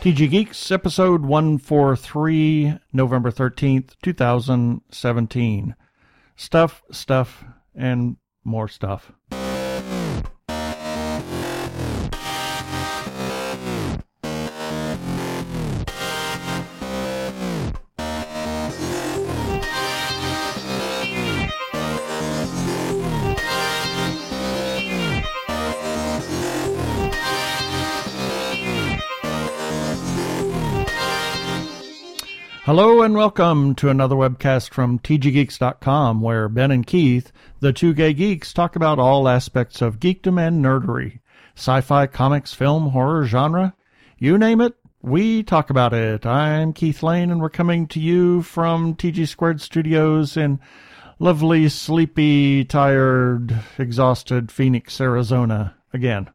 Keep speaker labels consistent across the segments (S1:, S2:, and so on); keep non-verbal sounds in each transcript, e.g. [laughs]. S1: TG Geeks, episode 143, November 13th, 2017. Stuff, stuff, and more stuff. Hello and welcome to another webcast from tggeeks.com where Ben and Keith, the two gay geeks, talk about all aspects of geekdom and nerdery. Sci-fi, comics, film, horror, genre, you name it, we talk about it. I'm Keith Lane and we're coming to you from TG Squared Studios in lovely, sleepy, tired, exhausted Phoenix, Arizona again.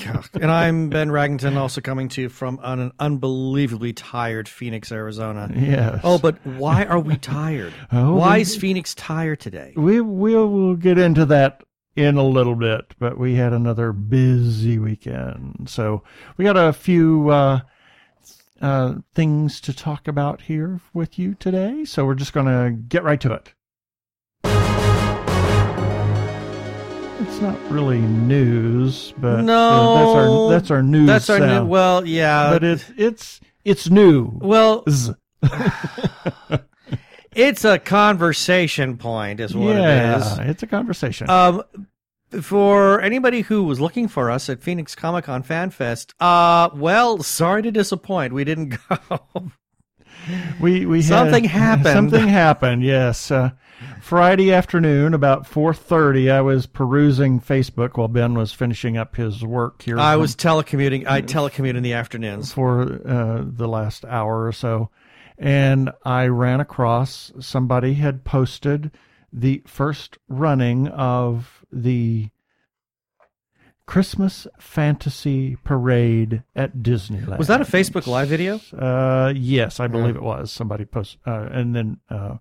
S2: Yeah. and I'm Ben Raggington, also coming to you from an unbelievably tired Phoenix, Arizona.
S1: Yes.
S2: Oh, but why are we tired?
S1: [laughs] Oh,
S2: why
S1: we-
S2: is Phoenix tired today?
S1: We will we'll get into that in a little bit, but we had another busy weekend. So we got a few uh, uh, things to talk about here with you today. So we're just going to get right to it. It's not really news, but uh, that's
S2: No.
S1: our that's our news.
S2: That's our new.
S1: sound.
S2: Well, yeah.
S1: but it's it's it's new.
S2: well,
S1: Z-
S2: it's a conversation point, is what
S1: yeah,
S2: it is.
S1: it's a conversation.
S2: Um, for anybody who was looking for us at Phoenix Comic Con Fan Fest, uh, well, sorry to disappoint, we didn't [laughs] go.
S1: We we had- [laughs]
S2: Something happened.
S1: Something happened. Yes, uh, Friday afternoon, about four thirty, I was perusing Facebook while Ben was finishing up his work here.
S2: I
S1: from- [laughs]
S2: was telecommuting. I telecommute in the afternoons.
S1: for uh, the last hour or so, and I ran across somebody had posted the first running of the Christmas Fantasy Parade at Disneyland.
S2: Was that a Facebook Live video?
S1: Uh, yes,
S2: Hmm.
S1: I believe it was. Somebody post, uh, and then uh,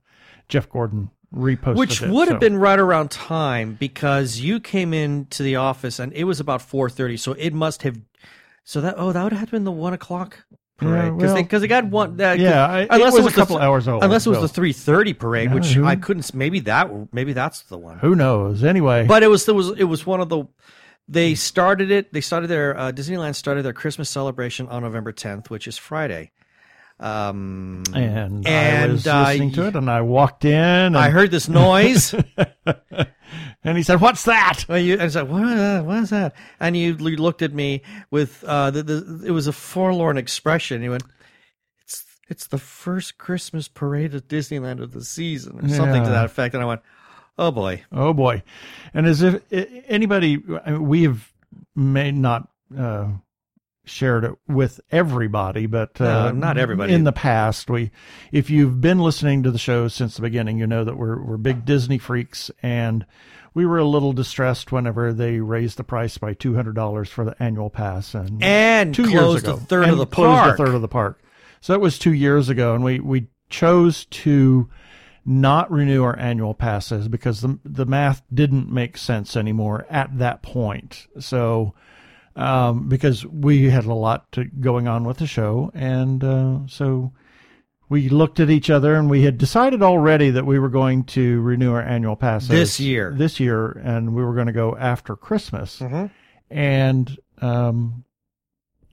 S1: Jeff Gordon reposted,
S2: which
S1: it,
S2: would
S1: so-
S2: have been right around time because you came into the office and it was about 4.30 so it must have so that oh that would have been the one o'clock parade because
S1: well-
S2: they, 'cause they got one uh, that
S1: Yeah, I- it was a couple
S2: the,
S1: hours old,
S2: unless it was
S1: so-
S2: the 3.30 parade
S1: Yeah,
S2: which
S1: who-
S2: i couldn't s- maybe that maybe that's the one
S1: Who knows? Anyway,
S2: but it was there was it was one of the they started it they started their uh, disneyland started their christmas celebration on november 10th which is friday um
S1: and, I
S2: and,
S1: was
S2: uh,
S1: listening to it, and I walked in, and,
S2: i heard this noise
S1: and he said, "What's that?"
S2: Well, you, I was like, what, is that? what is that? And you, you looked at me with uh, the, the, it was a forlorn expression. You went, it's it's the first Christmas parade at Disneyland of the season, or something to
S1: Yeah.
S2: that effect. And I went, oh boy,
S1: Oh boy! And as if i- anybody, I mean, we have may not uh, shared it with everybody, but
S2: No,
S1: uh,
S2: not everybody.
S1: In the past, we, if you've been listening to the show since the beginning, you know that we're we're big Disney freaks, and we were a little distressed whenever they raised the price by two hundred dollars for the annual pass, and
S2: and
S1: two years
S2: closed
S1: ago,
S2: a third
S1: and
S2: of the
S1: closed
S2: park.
S1: a third of the park. So that was two years ago, and we we chose to not renew our annual passes because the the math didn't make sense anymore at that point. So um, because we had a lot to, going on with the show, and uh, so we looked at each other and we had decided already that we were going to renew our annual passes
S2: This year.
S1: This year, and we were going to go after Christmas
S2: Mhm.
S1: and um,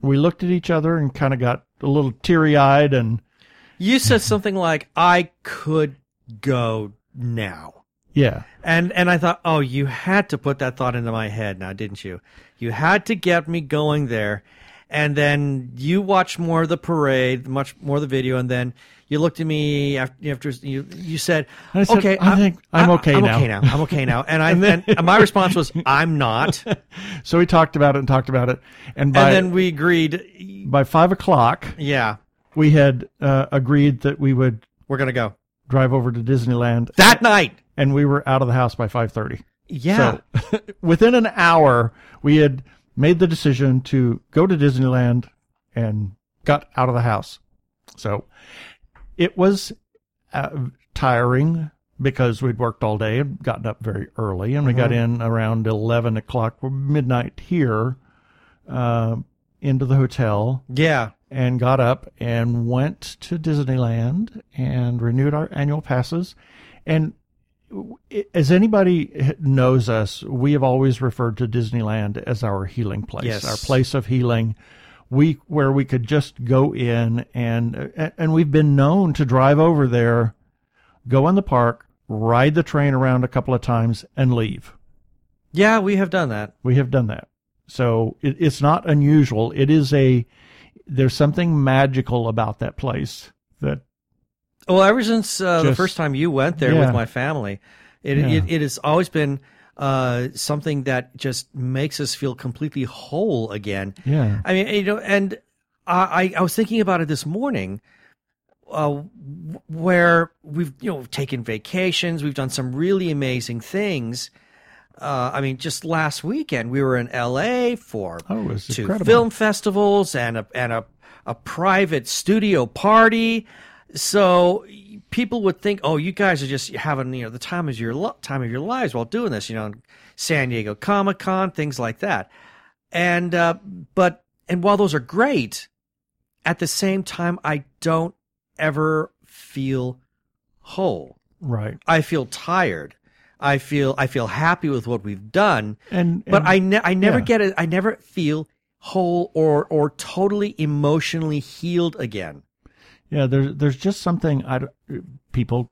S1: we looked at each other and kind of got a little teary eyed and
S2: You said something like, I could go now.
S1: yeah
S2: And and I thought, oh, you had to put that thought into my head now, didn't you? You had to get me going there. And then you watch more of the parade, much more of the video, and then you looked at me after, after you you said,
S1: I said,
S2: "Okay,
S1: I think I'm okay
S2: I'm
S1: now."
S2: okay now. I'm okay now." And I and my response was, "I'm not." And
S1: [laughs] so we talked about it and talked about it and by
S2: then we agreed,
S1: by five o'clock
S2: "Yeah,
S1: we had uh, agreed that we would
S2: we're gonna go
S1: drive over to Disneyland
S2: that night."
S1: and we were out of the house by five thirty
S2: Yeah,
S1: so [laughs] within an hour we had made the decision to go to Disneyland and got out of the house so it was uh, tiring because we'd worked all day and gotten up very early, and we got
S2: Mm-hmm.
S1: in around eleven o'clock, midnight here, uh, into the hotel,
S2: yeah.
S1: and got up and went to Disneyland and renewed our annual passes. And as anybody knows us, we have always referred to Disneyland as our healing place,
S2: Yes.
S1: our place of healing. We where we could just go in and and we've been known to drive over there, go in the park, ride the train around a couple of times, and leave.
S2: Yeah, we have done that.
S1: We have done that. So it, it's not unusual. It is a there's something magical about that place that
S2: Well, ever since uh, the
S1: Just-
S2: first time you went there with
S1: Yeah.
S2: my family, it,
S1: Yeah.
S2: it it has always been uh, something that just makes us feel completely whole again.
S1: yeah
S2: I mean, you know, and I, I- I was thinking about it this morning, uh, w- where we've you know taken vacations, we've done some really amazing things. Uh, I mean, just last weekend we were in L.A. for
S1: Oh, it was
S2: two
S1: incredible.
S2: film festivals and a and a a private studio party. So people would think, oh, you guys are just having you know the time of your li- time of your lives while doing this. You know, San Diego Comic Con, things like that. And uh, but and while those are great, at the same time, I don't ever feel whole.
S1: right
S2: I feel tired. I feel I feel happy with what we've done,
S1: and
S2: but
S1: and-
S2: I ne- I never
S1: yeah.
S2: get it. I never feel whole or or totally emotionally healed again.
S1: Yeah, there's there's just something I d- people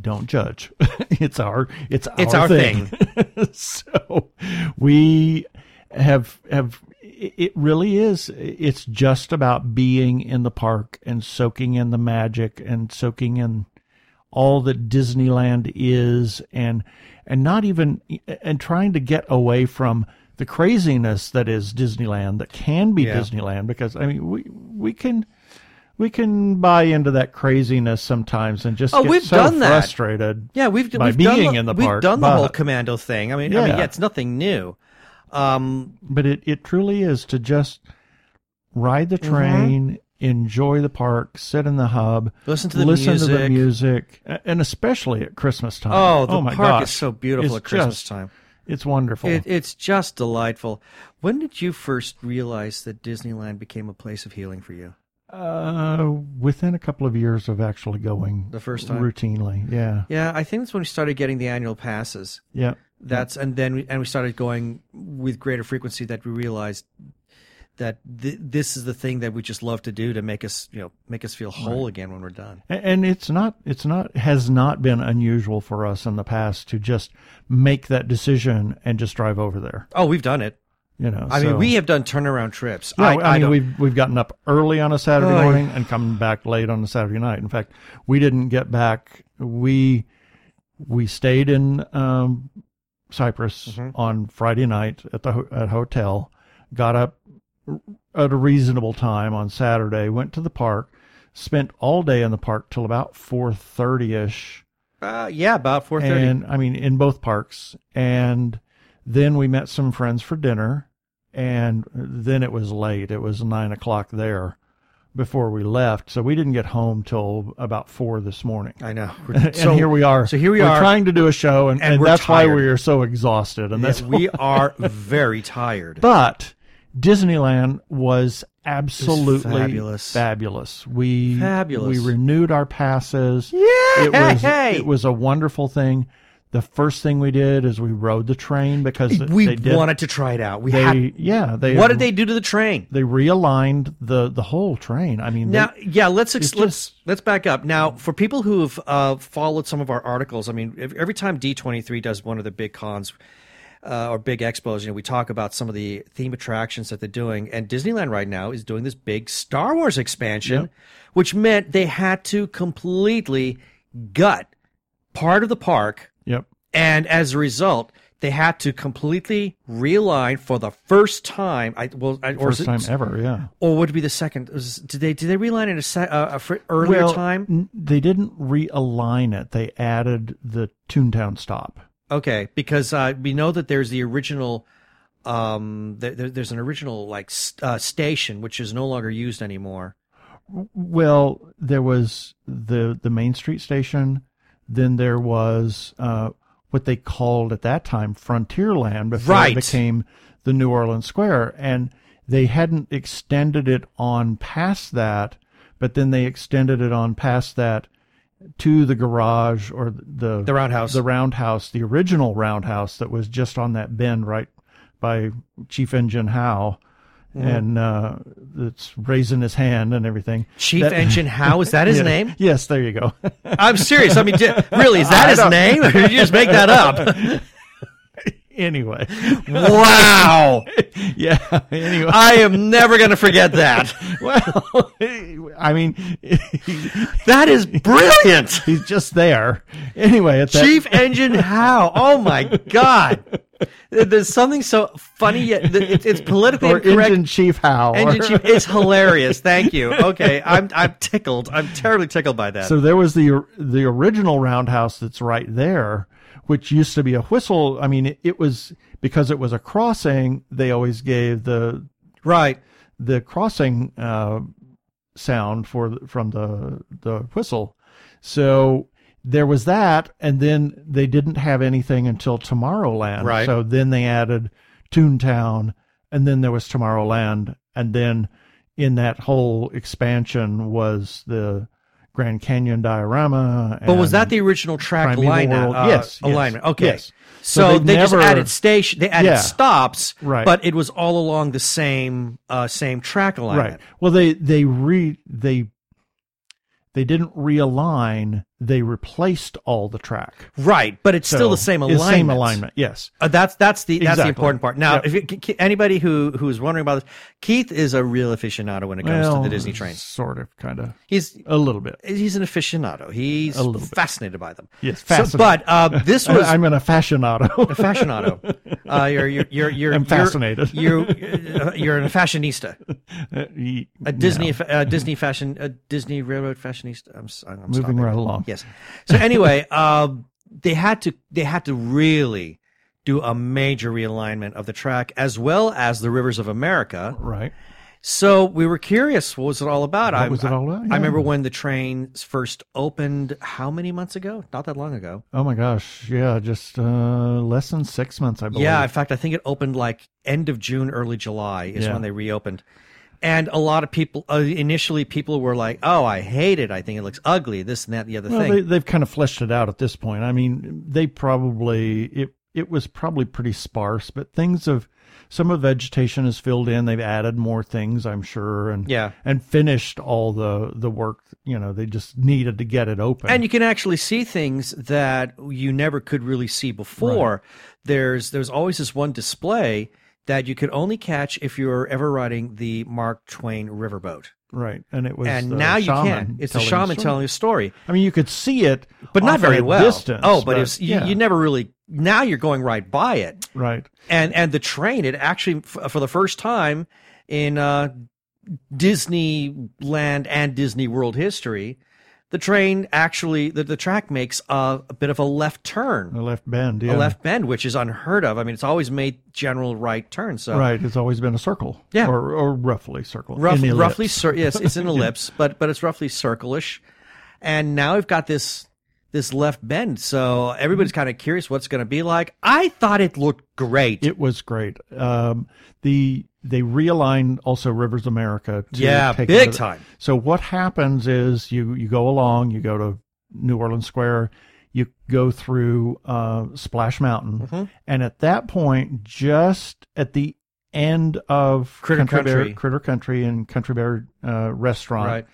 S1: don't judge. [laughs] it's our it's
S2: It's our
S1: [laughs] so we have have it it really is it's just about being in the park and soaking in the magic and soaking in all that Disneyland is and and not even and trying to get away from the craziness that is Disneyland that can be
S2: Yeah.
S1: Disneyland because I mean we we can we can buy into that craziness sometimes and just
S2: Oh,
S1: get
S2: we've
S1: so
S2: done that.
S1: frustrated.
S2: Yeah, we've
S1: By
S2: we've
S1: being
S2: done, the-
S1: in the
S2: we've
S1: park,
S2: done the whole
S1: but-
S2: commando thing. I mean, I mean,
S1: Yeah.
S2: yeah, it's nothing new. Um,
S1: But it, it truly is to just ride
S2: Mm-hmm.
S1: the train, enjoy the park, sit in the hub,
S2: Listen to the
S1: listen to the
S2: music.
S1: music, a- and especially at Christmas time.
S2: oh, the
S1: my
S2: park
S1: gosh.
S2: is so beautiful
S1: It's
S2: at Christmas
S1: just-
S2: time.
S1: It's wonderful.
S2: It, it's just delightful. When did you first realize that Disneyland became a place of healing for you?
S1: uh, within a couple of years of actually going
S2: The first time?
S1: routinely. Yeah.
S2: Yeah, I think that's when we started getting the annual passes.
S1: Yeah.
S2: That's and then we, and we started going with greater frequency that we realized that th- this is the thing that we just love to do to make us you know make us feel whole again when we're done.
S1: A- And it's not, it's not, has not been unusual for us in the past to just make that decision and just drive over there.
S2: Oh, we've done it.
S1: You know,
S2: I
S1: so-
S2: mean, we have done turnaround trips.
S1: Yeah, I,
S2: I, I
S1: mean,
S2: don't-
S1: we've we've gotten up early on a Saturday
S2: Oh,
S1: morning and come back late on a Saturday night. In fact, we didn't get back. We we stayed in um, Cyprus
S2: Mm-hmm.
S1: on Friday night at the ho- at hotel. Got up at a reasonable time on Saturday. Went to the park. Spent all day in the park till about four thirty ish.
S2: uh, yeah, about four thirty.
S1: And I mean, in both parks. And then we met some friends for dinner. And then it was late. It was nine o'clock there before we left. So we didn't get home till about four this morning.
S2: I know.
S1: [laughs] And here we are.
S2: so here we
S1: We're
S2: are.
S1: trying to do a show, and,
S2: And
S1: and,
S2: we're
S1: that's why
S2: tired.
S1: we are so exhausted. And that's
S2: Yeah, we are
S1: [laughs]
S2: very tired.
S1: but Disneyland was absolutely
S2: fabulous.
S1: fabulous. We
S2: Fabulous.
S1: We renewed our passes. Yeah, it was
S2: Yay!
S1: it was a wonderful thing. The first thing we did is we rode the train because
S2: we
S1: they did,
S2: wanted to try it out. We
S1: they
S2: had.
S1: yeah they
S2: What did they do to the train?
S1: they realigned the the whole train. I mean they-
S2: Now, yeah, let's ex-
S1: it's
S2: let's let's back up. Now, for people who've uh, followed some of our articles, I mean, ev- every time D twenty three does one of the big cons uh, or big expos, you know, we talk about some of the theme attractions that they're doing, and Disneyland right now is doing this big Star Wars expansion,
S1: Yep.
S2: which meant they had to completely gut part of the park,
S1: yep
S2: and as a result. They had to completely realign for the first time. I well, I, or
S1: first
S2: is it-
S1: time ever. Yeah,
S2: or would it be the second? Was, did they did they realign at a, se- uh, a fr- earlier
S1: Well,
S2: time?
S1: n- they didn't realign it. They added the Toontown stop.
S2: Okay, because uh, we know that there's the original. Um, there, there- there's an original like s uh, station which is no longer used anymore.
S1: Well, there was the the Main Street station. Then there was uh, what they called at that time Frontierland before
S2: Right.
S1: it became the New Orleans Square, and they hadn't extended it on past that, but then they extended it on past that to the garage or the
S2: The roundhouse.
S1: the roundhouse, the original roundhouse that was just on that bend right by Chief Engine Howe,
S2: Mm-hmm.
S1: and uh, it's raising his hand and everything.
S2: Chief
S1: That- [laughs]
S2: Engine Howe, is that his name?
S1: Yes, there you go. [laughs]
S2: I'm serious. I mean, di- really, is that his name? Or did you just make
S1: [laughs]
S2: that up?
S1: anyway, [laughs]
S2: Wow.
S1: yeah.
S2: [laughs]
S1: Anyway,
S2: I am never going to forget that.
S1: well, I mean, [laughs]
S2: That is brilliant.
S1: he's just there. Anyway, at that,
S2: Chief Engine Howe. Oh my
S1: [laughs]
S2: God. There's something so funny yet th- it's, it's politically
S1: or
S2: incorrect.
S1: Engine Chief Howe. [laughs]
S2: Engine Chief is hilarious. Thank you. Okay, I'm I'm tickled. I'm terribly tickled by that.
S1: So there was the the original roundhouse that's right there, which used to be a whistle. I mean, it, it was because it was a crossing. They always gave the
S2: right.
S1: the crossing uh, sound for the- from the the whistle. So there was that, and then they didn't have anything until Tomorrowland.
S2: Right.
S1: So then they added Toontown, and then there was Tomorrowland, and then in that whole expansion was the Grand Canyon diorama.
S2: But was
S1: and-
S2: that the original track
S1: Primeval
S2: line?
S1: World.
S2: Uh,
S1: Yes, yes,
S2: alignment. Okay.
S1: yes. So
S2: So,
S1: they've
S2: they just
S1: never-
S2: added station. They added
S1: Yeah.
S2: stops.
S1: Right.
S2: But it was all along the same uh, same track alignment.
S1: Right. Well, they they re they they didn't realign. They replaced all the track.
S2: Right, but it's still
S1: So,
S2: the same
S1: it's
S2: alignment.
S1: Same alignment. Yes.
S2: Uh, that's that's the that's the
S1: Exactly.
S2: important part. Now,
S1: Yep.
S2: if you, Ke- Ke- anybody who who is wondering about this, Keith is a real aficionado when it comes to the Disney trains.
S1: Sort of, kind of,
S2: He's
S1: a little bit.
S2: he's an aficionado. He's
S1: A little bit.
S2: fascinated by them.
S1: Yes,
S2: So-
S1: fascinated.
S2: but uh, this
S1: [laughs]
S2: was
S1: I'm an
S2: [laughs]
S1: aficionado. [laughs]
S2: fashionado. Uh, you're you're you're you're
S1: I'm fascinated. [laughs]
S2: You're you're, uh, you're an fashionista, a Disney fa- uh, Disney fashion, a Disney railroad fashionista. I'm, s- I'm
S1: Moving
S2: stopping.
S1: right along.
S2: Yes. So anyway, [laughs] um, they had to they had to really do a major realignment of the track as well as the Rivers of America.
S1: Right.
S2: So we were curious, what was it all about? I,
S1: was it all about?
S2: I,
S1: Yeah.
S2: I remember when the trains first opened. How many months ago? Not that long ago.
S1: Oh my gosh. Yeah. Just uh, less than six months, I believe.
S2: Yeah, in fact, I think it opened like end of June, early July is
S1: Yeah.
S2: when they reopened. And a lot of people, uh, initially, people were like, "Oh, I hate it. I think it looks ugly. This and that, and the other
S1: Well,
S2: thing."
S1: they, they've kind of fleshed it out at this point. I mean, they probably it it was probably pretty sparse, but things have some of vegetation is filled in. They've added more things, I'm sure, and
S2: Yeah.
S1: and finished all the the work. You know, they just needed to get it open.
S2: and you can actually see things that you never could really see before. There's there's always this one display that you could only catch if you were ever riding the Mark Twain riverboat.
S1: right, and it was
S2: and
S1: the
S2: now you
S1: shaman
S2: can. It's the
S1: telling
S2: shaman
S1: story.
S2: telling a story.
S1: I mean, you could see it,
S2: But
S1: off
S2: not
S1: at
S2: very
S1: a
S2: well.
S1: Distance,
S2: oh, but, it's you,
S1: yeah,
S2: you never really. Now you're going right by it.
S1: right.
S2: and and the train it actually f- for the first time in uh disneyland and disney world history the train actually the, the track makes a, a bit of a left turn
S1: The left bend, Oh, yeah,
S2: a left bend which is unheard of i mean it's always made general right turn so
S1: right. It's always been a circle,
S2: Yeah.
S1: or, or roughly circle,
S2: rough,
S1: an ellipse.
S2: roughly cir- yes
S1: [laughs]
S2: it's an ellipse but but it's roughly circle-ish and now we've got this this left bend so everybody's
S1: Mm-hmm.
S2: kind of curious what's going to be like i thought it looked great
S1: It was great. Um, the they realigned also Rivers America. To
S2: yeah
S1: take
S2: big
S1: into-
S2: time
S1: So what happens is you you go along, you go to New Orleans Square, you go through uh, Splash Mountain,
S2: Mhm.
S1: and at that point, just at the end of
S2: Critter
S1: Country Bear-
S2: Country.
S1: Critter Country and Country Bear uh, Restaurant
S2: Right.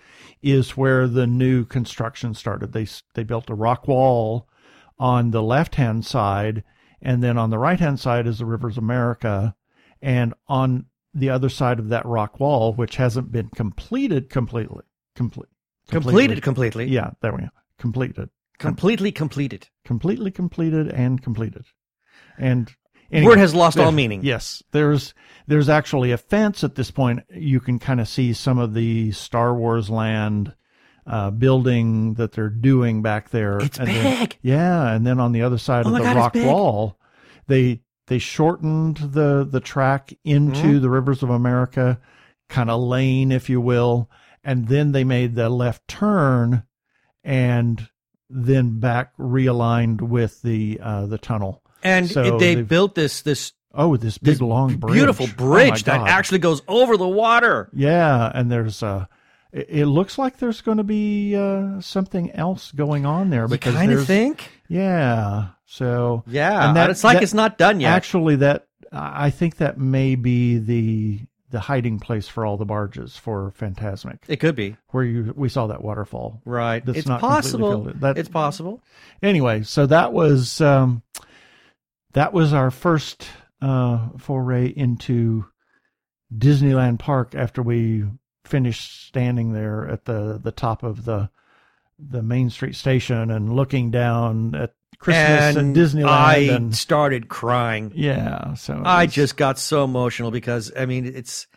S1: is where the new construction started. They s- they built a rock wall on the left hand side, and then on the right hand side is the Rivers America, and on the other side of that rock wall, which hasn't been completed completely, complete,
S2: completed completely
S1: yeah, there we go, completed,
S2: completely completed.
S1: completely completed, and completed, and
S2: Word has lost all
S1: there-
S2: meaning.
S1: Yes, there's there's actually a fence at this point. You can kind of see some of the Star Wars land uh, building that they're doing back there.
S2: It's
S1: And then-
S2: big.
S1: yeah, and then on the other side
S2: Oh
S1: of
S2: my
S1: the
S2: God, it's
S1: rock
S2: big.
S1: wall, they they shortened the the track into
S2: Mm-hmm.
S1: the Rivers of America kind of lane, if you will, and then they made the left turn and then back realigned with the uh, the tunnel.
S2: And
S1: So
S2: it- they
S1: they've-
S2: built this this
S1: Oh, this big long bridge.
S2: Beautiful
S1: Oh, my
S2: bridge that
S1: God.
S2: actually goes over the water.
S1: Yeah, and there's uh it, it looks like there's going to be uh something else going on there because
S2: kind of
S1: there's-
S2: think?
S1: Yeah. So
S2: Yeah.
S1: and that-
S2: it's like
S1: that-
S2: it's not done yet.
S1: Actually, that I I think that may be the the hiding place for all the barges for Fantasmic,
S2: it could be.
S1: where you we saw that waterfall.
S2: Right.
S1: That's
S2: it's
S1: not completely
S2: possible.
S1: filled. That-
S2: it's possible.
S1: Anyway, so that was um, that was our first uh, foray into Disneyland Park after we finished standing there at the the top of the the Main Street station and looking down at Christmas and, Disneyland.
S2: I
S1: and,
S2: started crying.
S1: yeah, so it
S2: I
S1: was-
S2: just got so emotional because I mean it's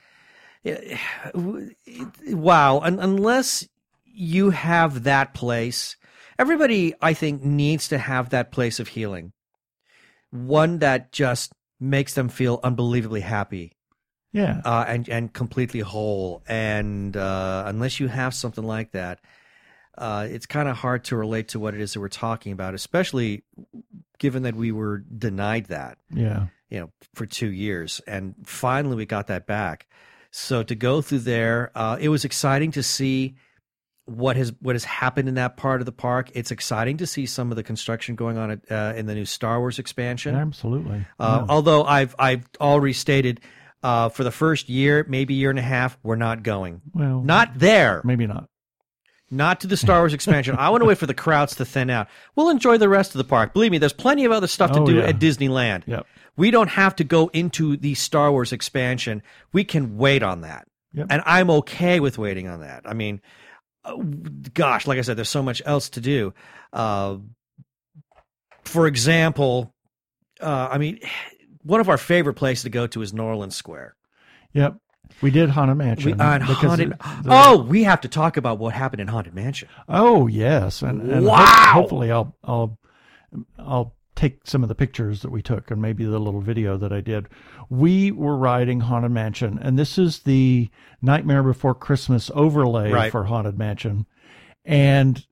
S2: it- it- wow. Un- unless you have that place, everybody I think needs to have that place of healing, one that just makes them feel unbelievably happy
S1: yeah.
S2: uh, and and completely whole. And uh, unless you have something like that, uh, it's kind of hard to relate to what it is that we're talking about, especially given that we were denied that
S1: Yeah.
S2: you know for two years and finally we got that back so to go through there uh, it was exciting to see what has what has happened in that part of the park it's exciting to see some of the construction going on at, uh, in the new star wars expansion
S1: Absolutely.
S2: uh,
S1: Yeah.
S2: although i've i've already stated uh, for the first year maybe year and a half we're not going
S1: well,
S2: not there
S1: maybe not.
S2: not to the Star Wars expansion. I want to wait for the crowds to thin out. We'll enjoy the rest of the park. Believe me, there's plenty of other stuff to
S1: Oh,
S2: do
S1: yeah.
S2: at Disneyland.
S1: Yep.
S2: We don't have to go into the Star Wars expansion. We can wait on that.
S1: Yep.
S2: And I'm okay with waiting on that. I mean, uh, gosh, like I said, there's so much else to do. Uh, for example, uh, I mean, one of our favorite places to go to is New Orleans Square.
S1: Yep. We did Haunted Mansion.
S2: We, on
S1: because
S2: Haunted,
S1: it- the-
S2: oh, we have to talk about what happened in Haunted Mansion.
S1: Oh yes, and, and ho-
S2: Wow!
S1: hopefully I'll I'll I'll take some of the pictures that we took and maybe the little video that I did. We were riding Haunted Mansion, and this is the Nightmare Before Christmas overlay
S2: Right.
S1: for Haunted Mansion, and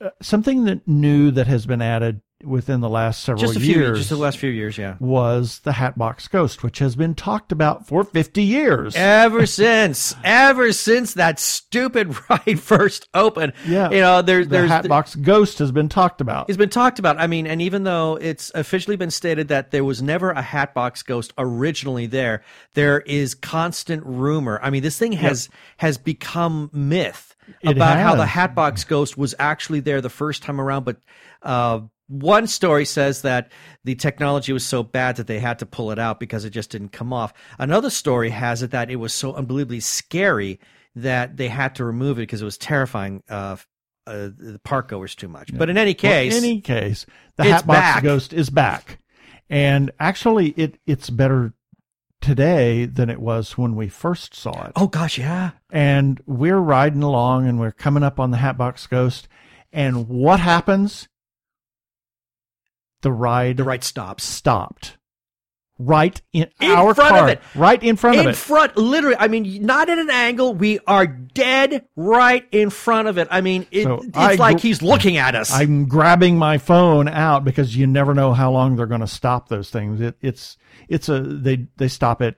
S1: uh, something that new that has been added within the last several
S2: Just a
S1: years.
S2: few, just the last few years, yeah.
S1: was the Hatbox Ghost, which has been talked about for 50 years.
S2: Ever since, ever since that stupid [laughs] ride first opened,
S1: Yeah.
S2: you know, there's,
S1: the
S2: there's,
S1: Hatbox Ghost has been talked about.
S2: it's been talked about. I mean, and even though it's officially been stated that there was never a Hatbox Ghost originally there, there is constant rumor. I mean, this thing has has become myth
S1: It
S2: about how the
S1: has.
S2: Hatbox Ghost was actually there the first time around, but. Uh, one story says that the technology was so bad that they had to pull it out because it just didn't come off. Another story has it that it was so unbelievably scary that they had to remove it because it was terrifying uh, uh, the park goers too much. But in any
S1: Well,
S2: case,
S1: in any case, the
S2: it's
S1: Hatbox
S2: back.
S1: Ghost is back. And actually, it it's better today than it was when we first saw it.
S2: Oh gosh, yeah.
S1: And we're riding along and we're coming up on the Hatbox Ghost. And what happens? The ride
S2: The right stops.
S1: stopped. Right in,
S2: In
S1: our
S2: front of
S1: car.
S2: it.
S1: Right in front of
S2: In
S1: it.
S2: front, literally. I mean, not at an angle. We are dead right in front of it. I mean, it,
S1: So
S2: it's
S1: I
S2: like
S1: gr-
S2: he's looking at us.
S1: I'm grabbing my phone out because you never know how long they're going to stop those things. It, it's it's a they they stop it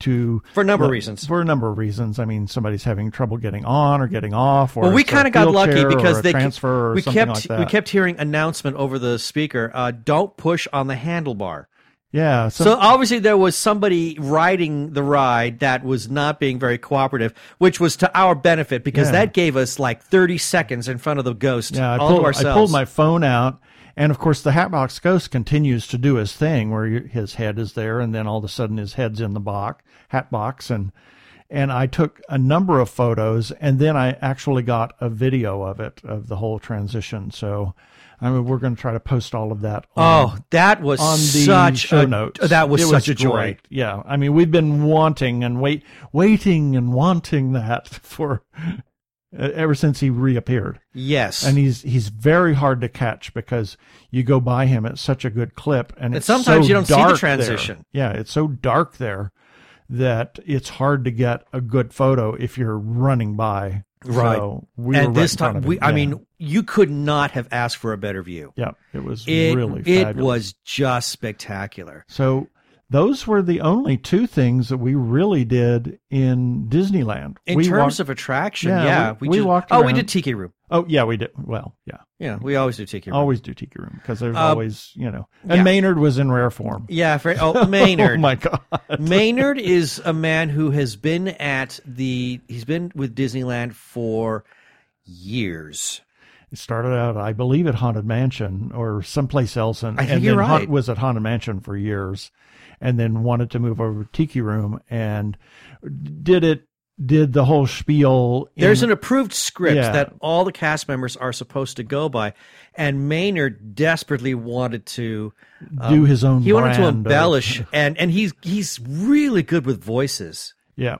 S1: to
S2: For a number of
S1: Well,
S2: reasons.
S1: For a number of reasons. I mean, somebody's having trouble getting on or getting off. Or
S2: well, we
S1: it's a
S2: kind of got lucky
S1: wheelchair or
S2: because
S1: a
S2: they
S1: transfer or
S2: we
S1: something
S2: kept
S1: like that.
S2: we kept hearing announcement over the speaker. Uh, don't push on the handlebar.
S1: yeah. So,
S2: So, obviously there was somebody riding the ride that was not being very cooperative, which was to our benefit because
S1: Yeah.
S2: that gave us like thirty seconds in front of the ghost.
S1: yeah, I
S2: all
S1: pulled,
S2: to
S1: I
S2: ourselves.
S1: pulled my phone out. And of course, the Hatbox Ghost continues to do his thing, where you- his head is there, and then all of a sudden his head's in the box, Hatbox, and and I took a number of photos, and then I actually got a video of it of the whole transition. So, I mean, we're going to try to post all of that. on
S2: Oh, that was
S1: on the
S2: such
S1: show
S2: a,
S1: notes.
S2: That was
S1: It
S2: such a joy.
S1: great. Yeah, I mean, we've been wanting and wait, waiting and wanting that [laughs] for e-, ever since he reappeared.
S2: Yes.
S1: And he's he's very hard to catch because you go by him at such a good clip, and, it's
S2: sometimes
S1: so
S2: you don't see the
S1: dark there.
S2: transition.
S1: Yeah, it's so dark there that it's hard to get a good photo if you're running by.
S2: Right.
S1: So we were
S2: and
S1: right
S2: this
S1: in front
S2: time,
S1: of
S2: we,
S1: him.
S2: I
S1: Yeah.
S2: mean, you could not have asked for a better view.
S1: yeah, it was
S2: It,
S1: really
S2: it
S1: fabulous.
S2: was just spectacular.
S1: So those were the only two things that we really did in Disneyland.
S2: In
S1: we
S2: terms
S1: walked,
S2: of attraction,
S1: Yeah,
S2: yeah,
S1: we- we walked
S2: Oh, we
S1: around.
S2: did Tiki Room.
S1: oh yeah, we did. Well, yeah, Oh,
S2: Yeah, we always do Tiki Room.
S1: always do Tiki Room because there's
S2: Uh,
S1: always you know. And
S2: yeah.
S1: Maynard was in rare form.
S2: [laughs] Yeah, for, oh
S1: [laughs]
S2: Maynard.
S1: oh my god. [laughs]
S2: Maynard is a man who has been at the he's been with Disneyland for years.
S1: It started out, I believe, at Haunted Mansion or someplace else, and,
S2: I think
S1: and
S2: you're
S1: then Haunt-
S2: right.
S1: was at Haunted Mansion for years, and then wanted to move over to Tiki Room and did it. Did the whole spiel? in-
S2: There's an approved script
S1: Yeah.
S2: that all the cast members are supposed to go by, and Maynard desperately wanted to
S1: do his own.
S2: um, he wanted to
S1: brand of-
S2: embellish, and and he's he's really good with voices.
S1: yeah.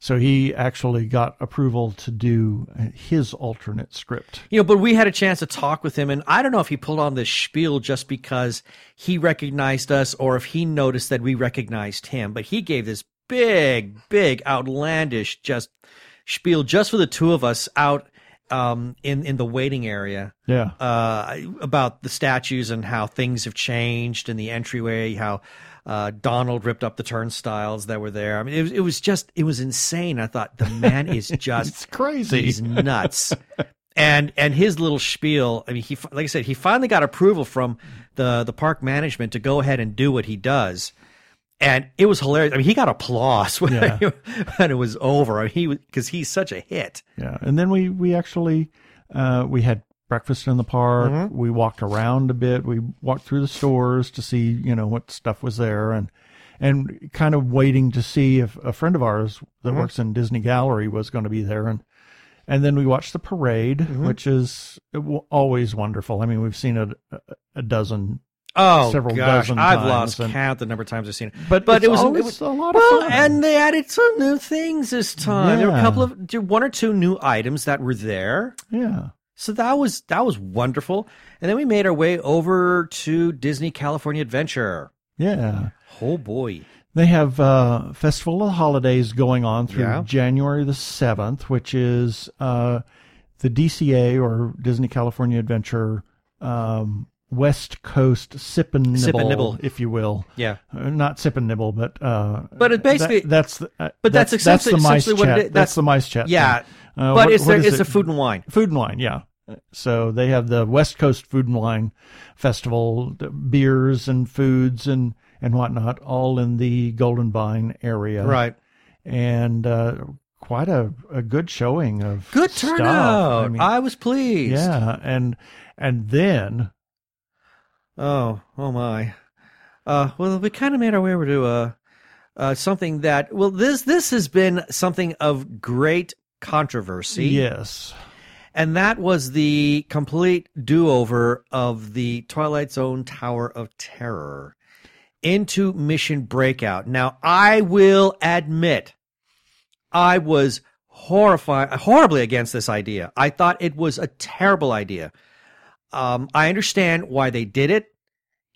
S1: So he actually got approval to do his alternate script.
S2: You know, but we had a chance to talk with him, and I don't know if he pulled on this spiel just because he recognized us or if he noticed that we recognized him. But he gave this big, big, outlandish just spiel just for the two of us out um, in in the waiting area
S1: Yeah.
S2: uh, about the statues and how things have changed in the entryway, how uh, Donald ripped up the turnstiles that were there. I mean, it was, it was just, it was insane. I thought the man is
S1: It's
S2: just,
S1: crazy.
S2: he's
S1: [laughs]
S2: nuts. And and his little spiel. I mean, he like I said, he finally got approval from the the park management to go ahead and do what he does, and it was hilarious. I mean, he got applause [laughs] when,
S1: Yeah.
S2: when it was over. I mean, he because he's such a hit.
S1: Yeah, and then we we actually uh, we had breakfast in the park. We walked around a bit. We walked through the stores to see you know what stuff was there, and and kind of waiting to see if a friend of ours that works in Disney Gallery was going to be there, and and then we watched the parade, which is w- always wonderful. I mean, we've seen it a, a dozen,
S2: Oh,
S1: Several
S2: gosh,
S1: dozen
S2: I've
S1: times,
S2: lost
S1: and-
S2: count the number of times I've seen it.
S1: but
S2: But
S1: it's
S2: it was- it
S1: always
S2: was-
S1: a lot
S2: Well,
S1: of fun.
S2: and they added some new things this time. There were a
S1: Yeah.
S2: couple of there were one or two new items that were there.
S1: yeah,
S2: So that was that was wonderful. And then we made our way over to Disney California Adventure.
S1: yeah.
S2: Oh boy.
S1: They have uh, Festival of Holidays going on through
S2: Yeah.
S1: January the 7th, which is uh, the DCA or Disney California Adventure um, West Coast Sip and, nibble,
S2: Sip and Nibble.
S1: if you will.
S2: Yeah.
S1: Uh, Not sip and nibble, but uh,
S2: But it basically-
S1: that- that's the, uh,
S2: but that's essentially-
S1: the mice
S2: essentially what it
S1: chat.
S2: is.
S1: that's,
S2: That's-
S1: the mice chat.
S2: Yeah.
S1: thing. Uh,
S2: but
S1: what-
S2: it's
S1: what
S2: there
S1: is
S2: it's
S1: it?
S2: a food and wine.
S1: food and wine yeah so they have the west coast food and wine festival the beers and foods and and whatnot all in the golden vine area and uh quite a, a good showing of
S2: Good
S1: stuff.
S2: turnout. I,
S1: I mean,
S2: was pleased.
S1: yeah and and then
S2: Oh, oh my. Uh, well, we kind of made our way over to uh, uh, something that well, this this has been something of great controversy.
S1: yes
S2: And that was the complete do over of the Twilight Zone Tower of Terror into Mission Breakout. Now, I will admit, I was horrified, horribly against this idea. I thought it was a terrible idea. Um, I understand why they did it.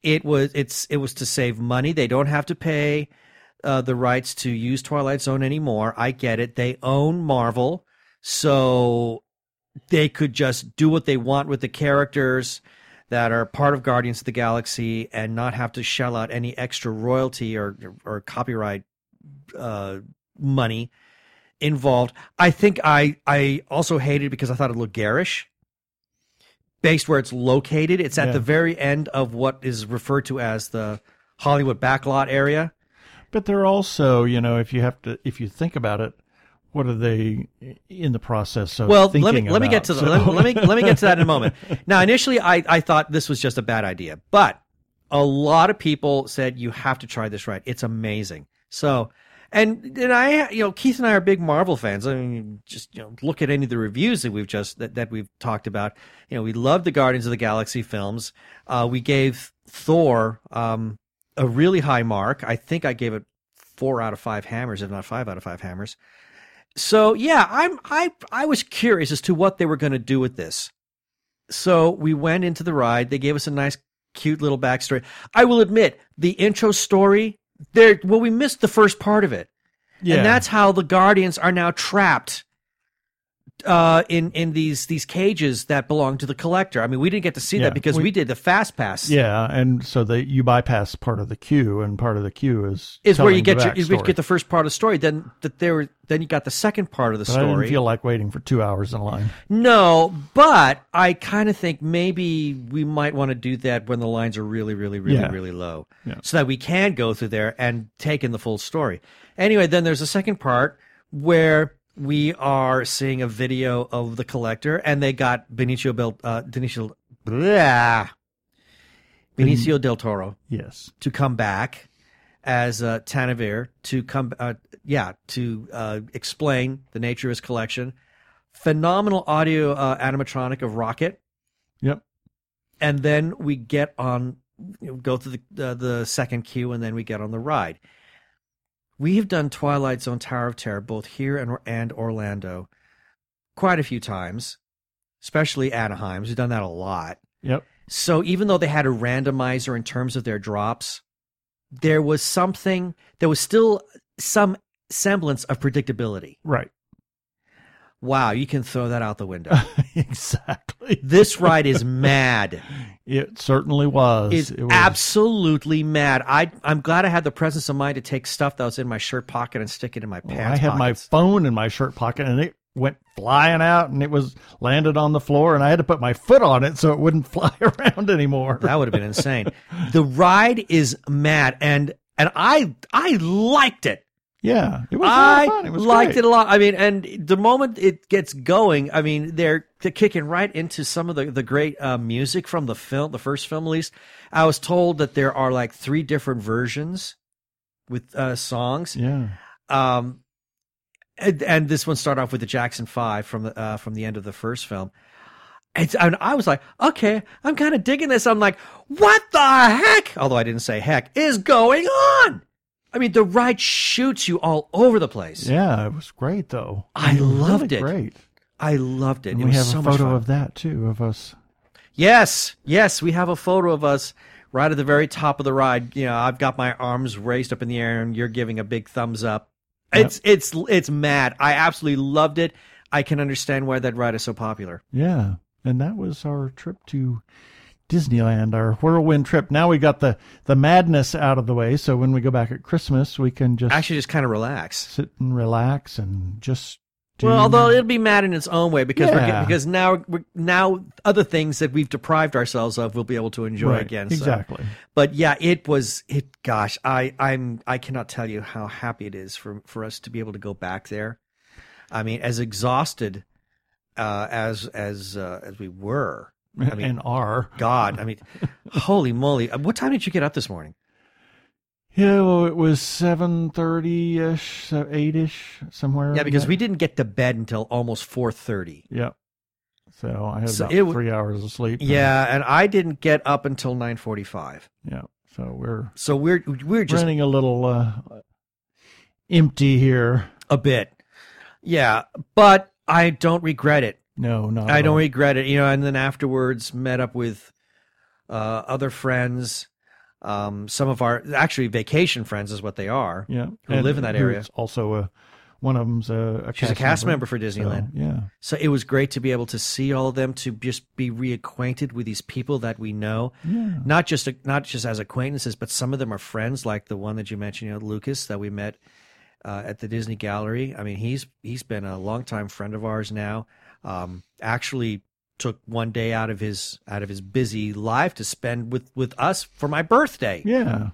S2: It was it's it was to save money. They don't have to pay uh, the rights to use Twilight Zone anymore. I get it. They own Marvel, so they could just do what they want with the characters that are part of Guardians of the Galaxy and not have to shell out any extra royalty or or copyright uh, money involved. I think I I also hated because I thought it looked garish. Based where it's located, it's at
S1: Yeah.
S2: the very end of what is referred to as the Hollywood backlot area.
S1: but they're also you know if you have to if you think about it what are they in the process of
S2: well let me
S1: thinking
S2: let me get
S1: about?
S2: to the,
S1: So-
S2: let, let me let me
S1: [laughs]
S2: get to that in a moment now initially I, I thought this was just a bad idea but a lot of people said you have to try this right it's amazing so and and i you know keith and i are big marvel fans i mean just you know look at any of the reviews that we've just that, that we've talked about you know we love the guardians of the galaxy films uh, we gave thor um, a really high mark i think i gave it four out of five hammers if not five out of five hammers so yeah, I'm I I was curious as to what they were going to do with this. So we went into the ride. They gave us a nice, cute little backstory. I will admit, the intro story there. Well, we missed the first part of it,
S1: yeah
S2: and that's how the Guardians are now trapped uh, in in these these cages that belong to the collector. I mean, we didn't get to see
S1: Yeah,
S2: that because
S1: we-
S2: we, did the fast pass.
S1: Yeah, and so that you bypass part of the queue, and part of the queue is
S2: Is where
S1: telling
S2: you get your, you
S1: backstory.
S2: get the first part of the story. Then that there were- then you got the second part of the
S1: I didn't
S2: story.
S1: feel like waiting for two hours in line.
S2: no, but I kind of think maybe we might want to do that when the lines are really, really, really,
S1: Yeah.
S2: really low,
S1: Yeah.
S2: so that we can go through there and take in the full story. Anyway, then there's a second part where we are seeing a video of the collector, and they got Benicio Bel uh, Benicio, blah,
S1: Mm-hmm.
S2: Benicio del Toro
S1: Yes,
S2: to come back as uh, Tanavir to come, uh, yeah, to uh, explain the nature of his collection. Phenomenal audio uh, animatronic of Rocket,
S1: yep.
S2: and then we get on, you know, go through the uh, the second queue, and then we get on the ride. We have done Twilight Zone Tower of Terror both here and and Orlando quite a few times, especially Anaheim's. We've done that a lot.
S1: Yep.
S2: So even though they had a randomizer in terms of their drops, there was something, there was still some semblance of predictability.
S1: Right. [laughs]
S2: Wow, you can throw that out the window.
S1: exactly.
S2: this ride is mad.
S1: It certainly was.
S2: It's
S1: It was-
S2: absolutely mad. I I'm glad I had the presence of mind to take stuff that was in my shirt pocket and stick it in my
S1: Well,
S2: pants.
S1: Oh, I had my
S2: pockets.
S1: phone in my shirt pocket, and it went flying out, and it was landed on the floor, and I had to put my foot on it so it wouldn't [laughs] fly around anymore.
S2: That would have
S1: [laughs]
S2: been insane. the ride is mad and and I I liked it.
S1: yeah, it was. a lot
S2: I
S1: of fun. It was
S2: liked
S1: great.
S2: it a lot. I mean, and the moment it gets going, I mean, they're, they're kicking right into some of the, the great uh, music from the film, the first film at least. I was told that there are like three different versions with uh, songs.
S1: Yeah.
S2: Um, and, and this one started off with the Jackson Five from the uh, from the end of the first film. It's, and I was like, okay, I'm kind of digging this. I'm like, what the heck? Although I didn't say heck is going on. I mean, the ride shoots you all over the place.
S1: Yeah, it was great though.
S2: I
S1: It was
S2: loved
S1: really
S2: it.
S1: Great.
S2: I loved it.
S1: And
S2: it
S1: we
S2: was
S1: have
S2: so
S1: a
S2: much fun.
S1: photo of that too of us.
S2: yes, yes, we have a photo of us right at the very top of the ride. You know, I've got my arms raised up in the air, and you're giving a big thumbs up. It's it's it's mad. I absolutely loved it. I can understand why that ride is so popular.
S1: Yeah, and that was our trip to Disneyland, our whirlwind trip. Now we got the the madness out of the way, so when we go back at Christmas, we can just
S2: Actually, just kind of relax.
S1: sit and relax and just. Do
S2: Well, although it'll be mad in its own way because we're
S1: Mm-hmm. Yeah.
S2: get, because now we're, now other things that we've deprived ourselves of we'll be able to enjoy
S1: Right,
S2: again. So.
S1: Exactly.
S2: but yeah it was it gosh i i'm i cannot tell you how happy it is for for us to be able to go back there i mean as exhausted uh as as uh, as we were i mean
S1: and R.
S2: god i mean holy moly Uh, what time did you get up this morning
S1: Yeah, well, it was seven thirty ish, eight ish, somewhere.
S2: yeah
S1: in
S2: because
S1: that.
S2: we didn't get to bed until almost 4.30
S1: Yep. So I had
S2: So
S1: about
S2: it w-
S1: three hours of sleep. and-
S2: yeah and i didn't get up until 9.45
S1: yeah. So we're
S2: so we're we're just
S1: running a little uh, empty here.
S2: a bit yeah but i don't regret it
S1: No, not.
S2: I
S1: at
S2: don't
S1: all.
S2: regret it, you know. And then afterwards, met up with uh, other friends, um, some of our actually vacation friends is what they are.
S1: Yeah,
S2: who live in that area.
S1: who's Also, a, one of them's a,
S2: She's a cast member Oh. for Disneyland,
S1: So, yeah,
S2: so it was great to be able to see all of them, to just be reacquainted with these people that we know,
S1: yeah,
S2: not just not just as acquaintances, but some of them are friends, like the one that you mentioned, you know, Lucas, that we met uh, at the Disney Gallery. I mean, he's he's been a longtime friend of ours now. Um, actually, took one day out of his out of his busy life to spend with with us for my birthday.
S1: yeah,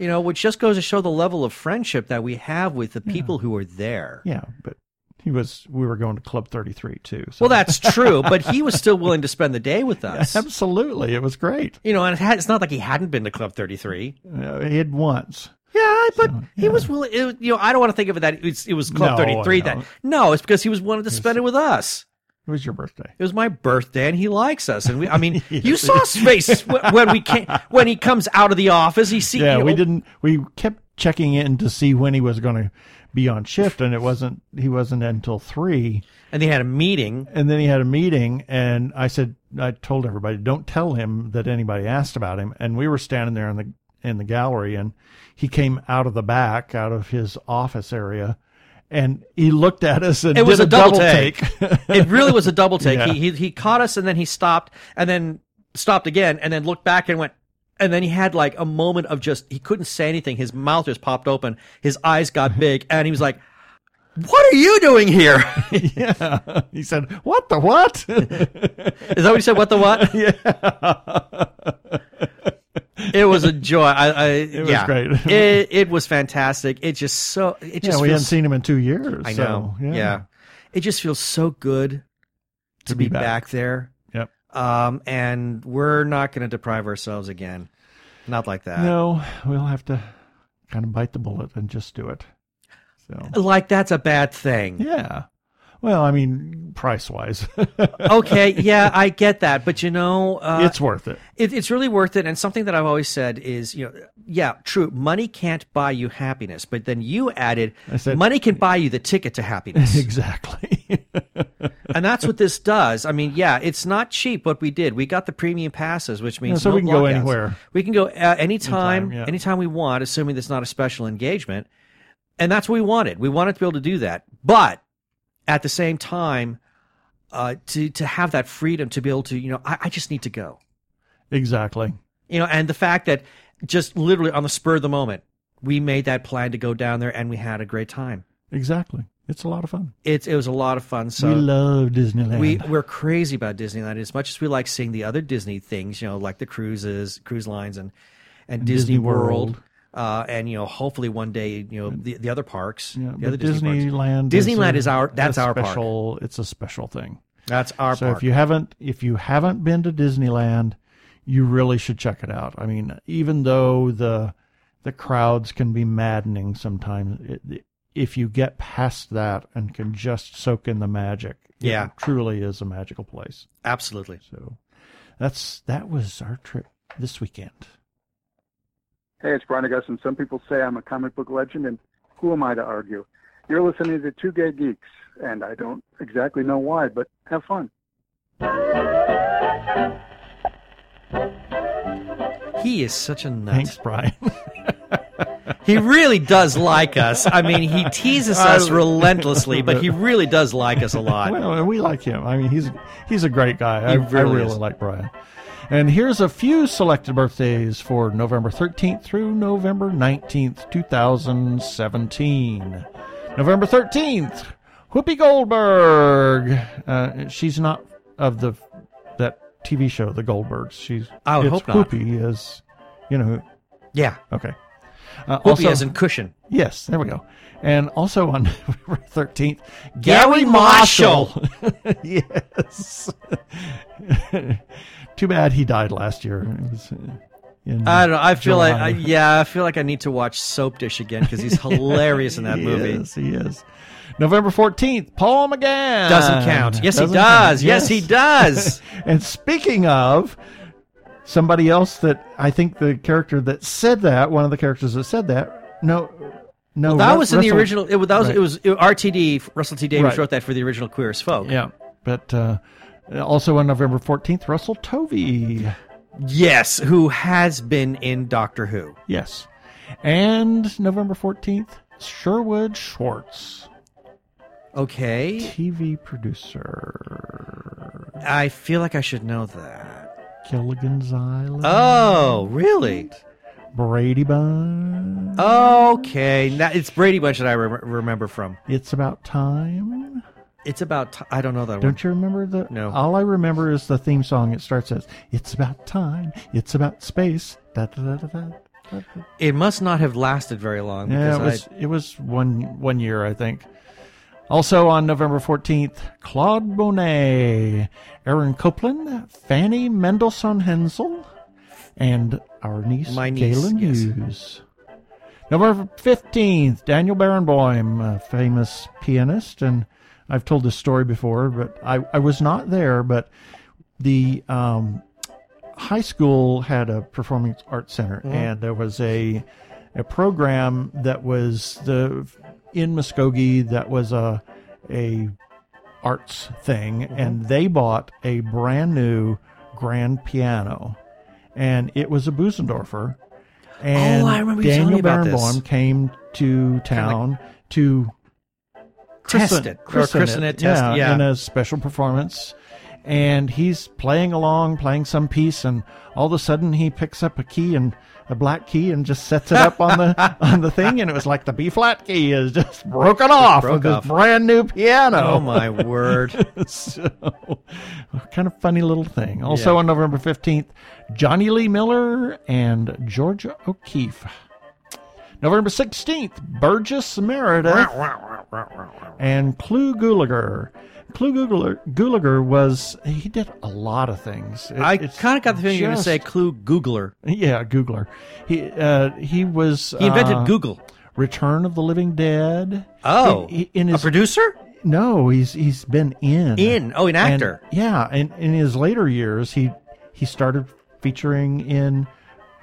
S2: You know, which just goes to show the level of friendship that we have with the people who are there.
S1: yeah. But he was. We were going to Club Thirty Three too. So.
S2: Well, that's true, but he was still willing to spend the day with us.
S1: absolutely. It was great.
S2: You know, and it had, it's not like he hadn't been to Club Thirty Three.
S1: Uh, he had once.
S2: Yeah, but
S1: yeah.
S2: he was willing. It, was- you know, I don't want to think of it that it was, it was Club
S1: No, I
S2: 33
S1: know.
S2: that. No, it's because he was willing to spend it with us.
S1: It was your birthday.
S2: It was my birthday, and he likes us. And we, I
S1: [laughs]
S2: mean,
S1: Yes.
S2: you saw his face wh- when we came, when he comes out of the office. He see,
S1: Yeah,
S2: you
S1: we
S2: know,
S1: didn't. We kept checking in to see when he was going to be on shift, and it wasn't. He wasn't until three.
S2: and they had a meeting.
S1: and then he had a meeting and i said i told everybody don't tell him that anybody asked about him and we were standing there in the in the gallery and he came out of the back out of his office area and he looked at us and
S2: It was
S1: did
S2: a double
S1: take. [laughs]
S2: take. it really was a double take.
S1: Yeah.
S2: He, he he caught us and then he stopped and then stopped again and then looked back and went and then he had like a moment of just he couldn't say anything. His mouth just popped open. His eyes got big and he was like, "What are you doing here?" [laughs]
S1: yeah. He said, "What the what?" [laughs]
S2: Is that what he said? What the what?
S1: yeah.
S2: It was a joy.
S1: [laughs]
S2: I, I it
S1: was
S2: yeah.
S1: great.
S2: it it was fantastic. It just so it just
S1: yeah, we
S2: feels
S1: hadn't seen him in 2 years.
S2: I
S1: so,
S2: know. yeah. It just feels so good to,
S1: be
S2: be,
S1: back.
S2: back. there.
S1: Yep.
S2: Um, and we're not going to deprive ourselves again. Not like that.
S1: No, we'll have to kind of bite the bullet and just do it. So,
S2: Like that's a bad
S1: [laughs]
S2: thing.
S1: yeah. Well, I mean, price-wise, [laughs]
S2: okay, yeah, I get that, but you know, uh,
S1: it's worth it.
S2: it, it's really worth it. And something that I've always said is, you know, yeah, true, money can't buy you happiness, but then you added,
S1: I said-
S2: money can buy you the ticket
S1: [laughs]
S2: to
S1: [laughs]
S2: happiness.
S1: Exactly.
S2: and that's what this does. I mean, yeah, it's not cheap what we did. We got the premium passes, which means
S1: Yeah, so
S2: no
S1: we can go
S2: lockdowns.
S1: anywhere.
S2: We can go uh, anytime,
S1: Anytime, yeah.
S2: anytime we want, assuming there's not a special engagement. And that's what we wanted. We wanted to be able to do that, but at the same time, uh, to to have that freedom to be able to, you know, I, I just need to go,
S1: exactly.
S2: you know, and the fact that just literally on the spur of the moment, we made that plan to go down there, and we had a great time.
S1: Exactly. It's a lot of fun.
S2: It's it was a lot of fun. So
S1: we love Disneyland.
S2: we we're crazy about Disneyland. As much as we like seeing the other Disney things, you know, like the cruises, cruise lines, and and Disney,
S1: Disney
S2: World,
S1: World.
S2: uh, and you know, hopefully one day, you know, the, the other parks,
S1: yeah,
S2: the
S1: but
S2: other Disney, parks.
S1: Disneyland.
S2: Disneyland
S1: a-
S2: is our- that's
S1: a
S2: our park.
S1: special. It's a special thing.
S2: That's our
S1: so
S2: park.
S1: if you haven't if you haven't been to Disneyland, you really should check it out. I mean, even though the the crowds can be maddening sometimes, it, if you get past that and can just soak in the magic, it
S2: Yeah.
S1: truly is a magical place.
S2: Absolutely.
S1: So that's that was our trip this weekend.
S3: Hey, it's Brian Augustine. Some people say I'm a comic book legend, and who am I to argue? You're listening to Two Gay Geeks, and I don't exactly know why, but have fun.
S2: He is such a nut.
S1: Thanks, Brian. [laughs]
S2: He really does like us. I mean, he
S1: [laughs]
S2: teases us relentlessly, but he really does like us a lot.
S1: well, and we like him. I mean, he's he's a great guy. I,
S2: He
S1: I
S2: really
S1: really
S2: is.
S1: like Brian. And here's a few selected birthdays for November 13th through November 19th, 2017. November 13th, Whoopi Goldberg. Uh, she's not of the that TV show, The Goldbergs. She's
S2: I would
S1: it's
S2: hope not.
S1: Whoopi is, you know, who-
S2: Yeah.
S1: okay. Uh,
S2: Whoopi as in cushion.
S1: Yes, there we go. And also on [laughs] November 13th,
S2: Gary Marshall.
S1: [laughs] yes. [laughs] Too bad he died last year. It was, uh, in
S2: I don't know. I feel like, I,
S1: July.
S2: yeah, I feel like I need to watch Soap Dish again because
S1: [laughs]
S2: he's hilarious in that
S1: He
S2: movie.
S1: is, he is. November 14th, Paul McGann.
S2: doesn't count. Yes,
S1: Uh, Doesn't
S2: he
S1: count.
S2: does. Yes,
S1: [laughs]
S2: he does.
S1: And speaking of somebody else that I think the character that said that, one of the characters that said that, no, no.
S2: That
S1: Oh, Ru-
S2: was in the
S1: Russell-
S2: original. It was that was
S1: Right.
S2: it was it, RTD. Russell T Davies
S1: Right.
S2: wrote that for the original Queer as Folk.
S1: Yeah, but uh, also on November 14th, Russell Tovey.
S2: Yes, who has been in Doctor Who?
S1: Yes. And November 14th, Sherwood Schwartz,
S2: Okay,
S1: TV producer,
S2: I feel like I should know that.
S1: Gilligan's Island,
S2: Oh, really?
S1: Brady Bunch,
S2: Okay, now it's Brady Bunch that I re- remember from.
S1: It's About Time.
S2: It's about t- I don't know that one.
S1: Don't you remember the?
S2: No.
S1: All I remember is the theme song. It starts as "It's about time. It's about space." Da, da, da, da, da, da, da.
S2: It must not have lasted very long.
S1: Yeah,
S2: because
S1: it was it was one one year I think. Also on November fourteenth, Claude Monet, Aaron Copland, Fanny Mendelssohn Hensel, and our niece,
S2: My niece,
S1: Galen
S2: yes.
S1: Hughes. November fifteenth, Daniel Barenboim, a famous pianist, and I've told this story before, but I, I was not there, but the um, high school had a performing arts center
S2: Mm-hmm.
S1: and there was a a program that was the in Muskogee that was a a arts thing
S2: Mm-hmm.
S1: and they bought a brand new grand piano and it was a Busendorfer and
S2: I Oh, remember you telling
S1: Daniel
S2: me about this.
S1: Barenboim came to town to
S2: Test it.
S1: or
S2: Christen it, test it, yeah.
S1: in a special performance. And he's playing along, playing some piece, and all of a sudden he picks up a key and a black key and just sets it up on
S2: [laughs]
S1: the on the thing, and it was like the B flat key is just broken off
S2: broke
S1: of this
S2: off.
S1: brand new piano.
S2: Oh
S1: [laughs]
S2: my word!
S1: so, kind of funny little thing. Also
S2: Yeah.
S1: on November 15th, Johnny Lee Miller and Georgia O'Keeffe. November 16th, Burgess Meredith and Clu Gulager. Clu Gulager, Gulager was, he did a lot of things. It-
S2: I
S1: it's
S2: kind of got the feeling you're going to
S1: just-
S2: say Clue Googler.
S1: Yeah, Googler. He, uh, he was.
S2: He invented
S1: uh,
S2: Google.
S1: Return of the Living Dead.
S2: Oh,
S1: He- he- in
S2: a
S1: his
S2: producer
S1: no, he's he's been in
S2: in oh an
S1: And-
S2: actor.
S1: yeah, and in his later years, he he started featuring in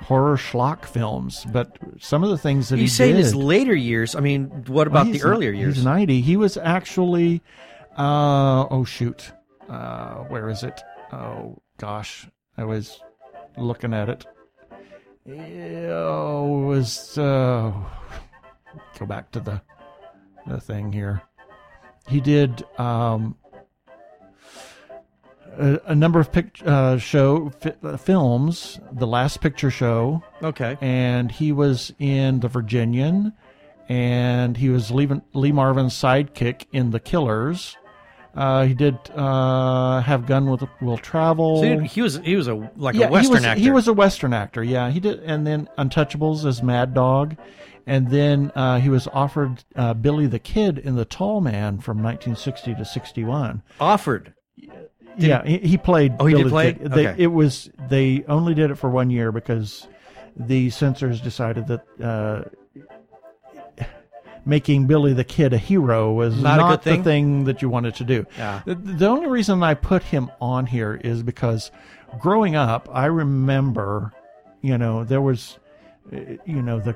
S1: horror schlock films. But some of the things that
S2: you
S1: he
S2: say
S1: did,
S2: in his later years. I mean, what
S1: Well,
S2: about the
S1: he's-
S2: earlier years?
S1: He's ninety. He was actually, uh, oh shoot, uh, where is it? Oh gosh, I was looking at it. Yeah, Oh, it was uh, go back to the the thing here. He did um, a, a number of pic- uh, show fi- uh, films, The Last Picture Show,
S2: okay.
S1: and he was in The Virginian, and he was Lee, Lee Marvin's sidekick in The Killers. Uh, he did uh, Have Gun with Will Travel.
S2: So he, he was he was a like
S1: yeah,
S2: a Western
S1: he was,
S2: actor.
S1: He was a Western actor. Yeah, he did, and then Untouchables as Mad Dog, and then uh, he was offered uh, Billy the Kid in The Tall Man from 1960 to 61.
S2: offered.
S1: yeah, he, he played.
S2: Oh, he did
S1: Billy the
S2: play?
S1: Kid. They,
S2: Okay.
S1: It was they only did it for one year because the censors decided that uh, making Billy the Kid a hero was
S2: Not
S1: not,
S2: a good
S1: the
S2: thing?
S1: thing that you wanted to do.
S2: Yeah.
S1: The, the only reason I put him on here is because growing up, I remember, you know, there was, uh, you know, the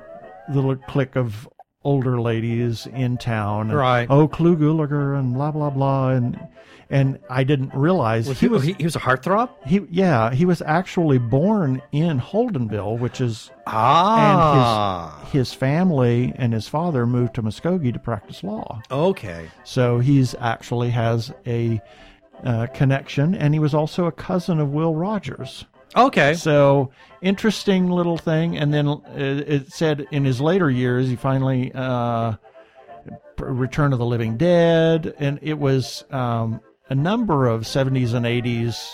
S1: little clique of older ladies in town. and,
S2: Right.
S1: Oh, Clue Gulager and blah, blah, blah. And, and I didn't realize
S2: Was
S1: he was,
S2: he, he was a heartthrob.
S1: he, yeah, he was actually born in Holdenville, which is,
S2: Ah,
S1: his family and his father moved to Muskogee to practice law.
S2: okay.
S1: So he's actually has a uh, connection, and he was also a cousin of Will Rogers.
S2: Okay.
S1: So interesting little thing. And then it, it said in his later years, he finally uh, Return of the Living Dead, and it was um, a number of 70s and 80s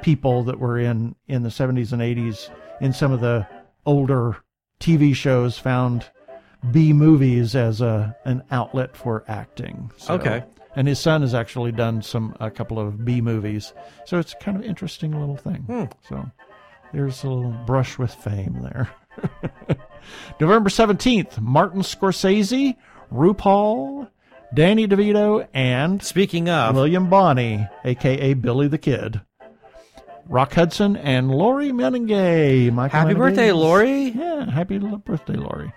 S1: people that were in in the 70s and 80s in some of the older TV shows found B movies as a an outlet for acting. So-
S2: Okay.
S1: And his son has actually done some a couple of B movies, so it's kind of interesting little thing.
S2: Hmm.
S1: So there's a little brush with fame there. [laughs] November 17th, Martin Scorsese, RuPaul, Danny DeVito, and
S2: Speaking of,
S1: William Bonney, aka Billy the Kid. Rock Hudson and Lori Meningay. Michael
S2: happy
S1: Meningay's-
S2: birthday, Lori.
S1: Yeah, happy little birthday, Lori.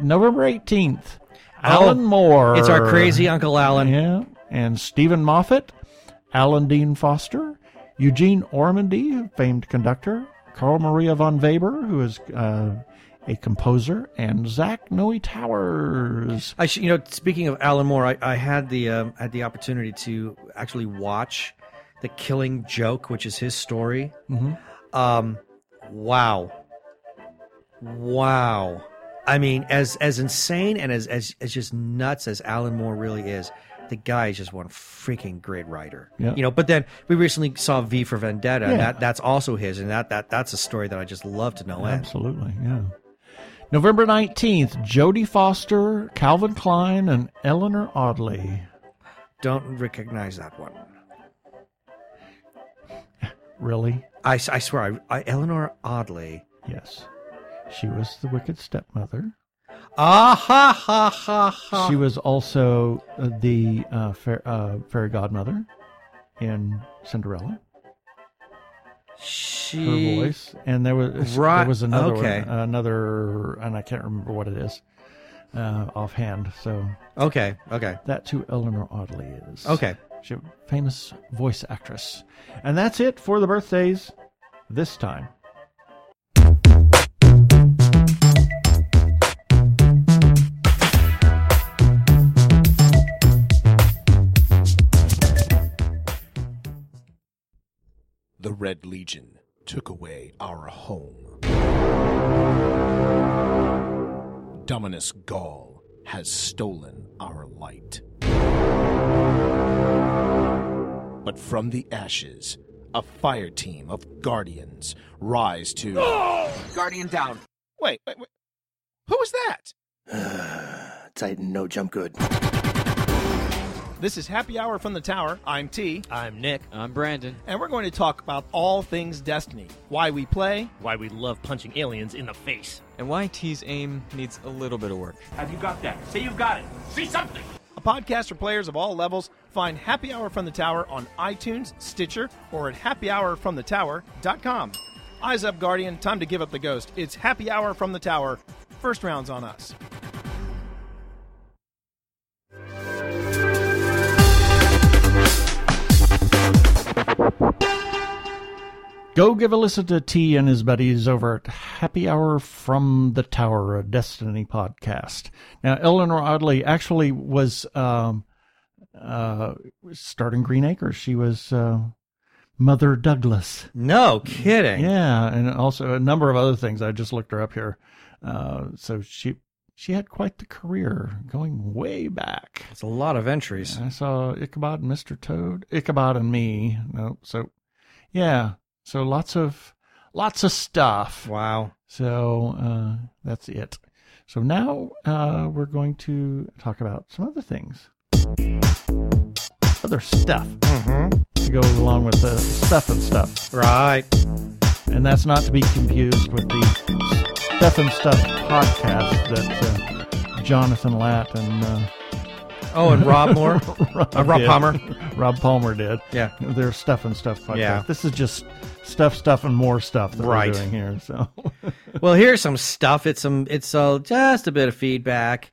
S1: November 18th, Alan Moore.
S2: Oh, It's our crazy Uncle Alan.
S1: Yeah, and Stephen Moffat, Alan Dean Foster, Eugene Ormandy, famed conductor, Carl Maria von Weber, who is uh, a composer, and Zach Noe Towers.
S2: I should, you know, speaking of Alan Moore, I, I had the um, had the opportunity to actually watch the Killing Joke, which is his story.
S1: Mhm.
S2: Um, wow, wow. I mean, as as insane and as, as as just nuts as Alan Moore really is, the guy is just one freaking great writer.
S1: Yeah.
S2: You know, but then we recently saw V for Vendetta.
S1: Yeah.
S2: And that that's also his, and that that that's a story that I just love to know. end.
S1: Absolutely, yeah. November 19th, Jodie Foster, Calvin Klein, and Eleanor Audley.
S2: Don't recognize that one.
S1: Really?
S2: I, s- I swear, I, I, Eleanor Audley.
S1: Yes. She was the wicked stepmother.
S2: Ah ha ha ha ha.
S1: She was also uh, the uh, fair, uh, fairy godmother in Cinderella.
S2: She,
S1: Her voice, and there was
S2: Right,
S1: there was another
S2: okay.
S1: one, another, and I can't remember what it is uh, offhand. So
S2: Okay, okay,
S1: that's who Eleanor Audley is.
S2: okay.
S1: she's a famous voice actress, and that's it for the birthdays this time.
S4: Red Legion took away our home. Dominus Gaul has stolen our light. But from the ashes, a fire team of guardians rise to.
S5: Guardian down.
S4: Wait, wait, wait. Who was that?
S5: Titan, no jump good.
S4: This is Happy Hour from the Tower. I'm T,
S6: I'm Nick.
S7: I'm Brandon.
S4: and we're going to talk about all things Destiny. Why we play,
S6: Why we love punching aliens in the face.
S7: And why T's aim needs a little bit of work.
S8: Have you got that? Say you've got it. Say something.
S4: a podcast for players of all levels. Find Happy Hour from the Tower on iTunes, Stitcher, or at happyhourfromthetower.com. Eyes up, Guardian. Time to give up the ghost. It's Happy Hour from the Tower. First round's on us.
S1: Go give a listen to T and his buddies over at Happy Hour from the Tower, a Destiny podcast. Now, Eleanor Audley actually was um, uh, starting Green Acres. She was uh, Mother Douglas.
S2: No kidding.
S1: Yeah, and also a number of other things. I just looked her up here. Uh, so she she had quite the career going way back.
S2: It's a lot of entries.
S1: I saw Ichabod and Mr. Toad, Ichabod and me. No, so yeah, so lots of lots of stuff.
S2: Wow.
S1: So uh, that's it. So now uh, we're going to talk about some other things, other stuff to go along with the stuff and stuff.
S2: Right.
S1: And that's not to be confused with the Stuff and Stuff podcast that uh, Jonathan Latt and uh,
S2: Oh, and Rob Moore. Uh, Rob
S1: did.
S2: Palmer.
S1: [laughs] Rob Palmer did.
S2: Yeah.
S1: Their Stuff and Stuff podcast.
S2: Yeah.
S1: This is just stuff, stuff, and more stuff that
S2: Right.
S1: we're doing here. So [laughs]
S2: Well, here's some stuff. It's some. It's uh, just a bit of feedback,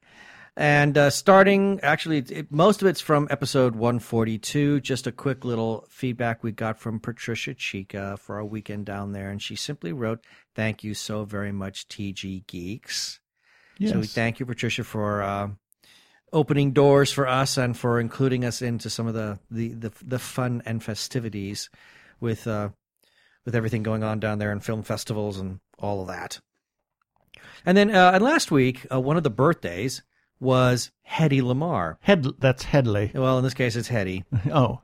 S2: and uh, starting actually, it, most of it's from episode 142. Just a quick little feedback we got from Patricia Chica for our weekend down there, and she simply wrote, "Thank you so very much, TG Geeks."
S1: yes.
S2: So we thank you, Patricia, for uh, opening doors for us and for including us into some of the the the, the fun and festivities with uh, with everything going on down there and film festivals and all of that. And then uh, and last week, uh, one of the birthdays was Hetty Lamar.
S1: Head, that's Headley.
S2: Well, in this case, it's Hetty.
S1: Oh,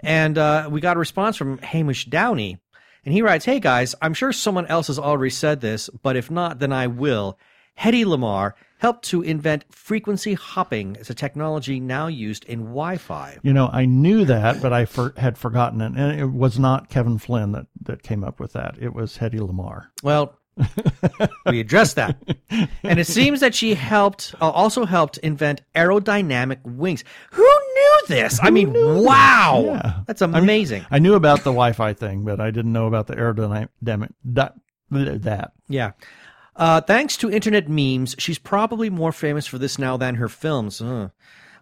S2: And uh, we got a response from Hamish Downey. And he writes, Hey guys, I'm sure someone else has already said this, but if not, then I will. Hedy Lamar helped to invent frequency hopping as a technology now used in Wi Fi.
S1: you know, I knew that, but I for, had forgotten it. And it was not Kevin Flynn that, that came up with that. It was Hetty Lamar.
S2: Well, we addressed that. And it seems that she helped, uh, also helped invent aerodynamic wings. Who knew this? I mean, wow.
S1: Yeah.
S2: That's amazing.
S1: I knew about the Wi-Fi thing, but I didn't know about the aerodynamic that. that.
S2: Yeah. Uh, thanks to internet memes, she's probably more famous for this now than her films. Uh.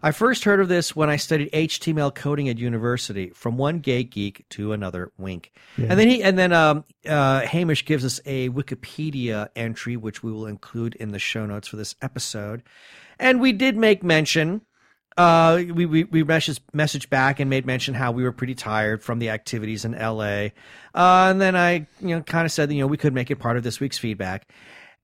S2: I first heard of this when I studied HTML coding at university, from one gay geek to another wink. And then he, and then um, uh, Hamish gives us a Wikipedia entry, which we will include in the show notes for this episode. And we did make mention uh, we we we messaged, messaged back and made mention how we were pretty tired from the activities in L.A. Uh, and then I you know kind of said that you know we could make it part of this week's feedback,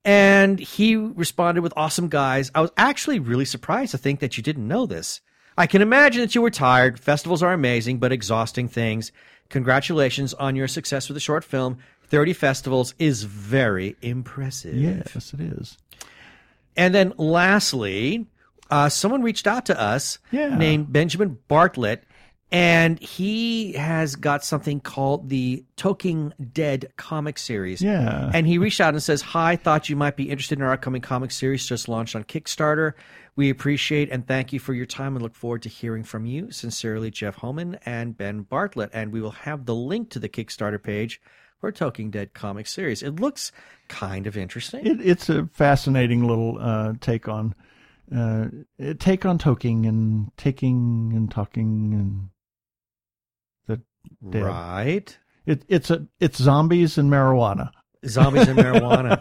S2: and he responded with awesome guys. I was actually really surprised to think that you didn't know this. I can imagine that you were tired. Festivals are amazing but exhausting things. Congratulations on your success with the short film. Thirty festivals is very impressive.
S1: Yes, it is.
S2: And then lastly, uh, someone reached out to us
S1: Yeah.
S2: named Benjamin Bartlett, and he has got something called the Toking Dead comic series.
S1: Yeah.
S2: And he reached out and says, Hi, thought you might be interested in our upcoming comic series just launched on Kickstarter. We appreciate and thank you for your time and look forward to hearing from you. Sincerely, Jeff Homan and Ben Bartlett. And we will have the link to the Kickstarter page for Toking Dead comic series. It looks kind of interesting.
S1: It, it's a fascinating little uh, take on uh, take on toking and taking and talking and dead.
S2: Right.
S1: it, it's a it's zombies and marijuana. [laughs]
S2: Zombies and marijuana.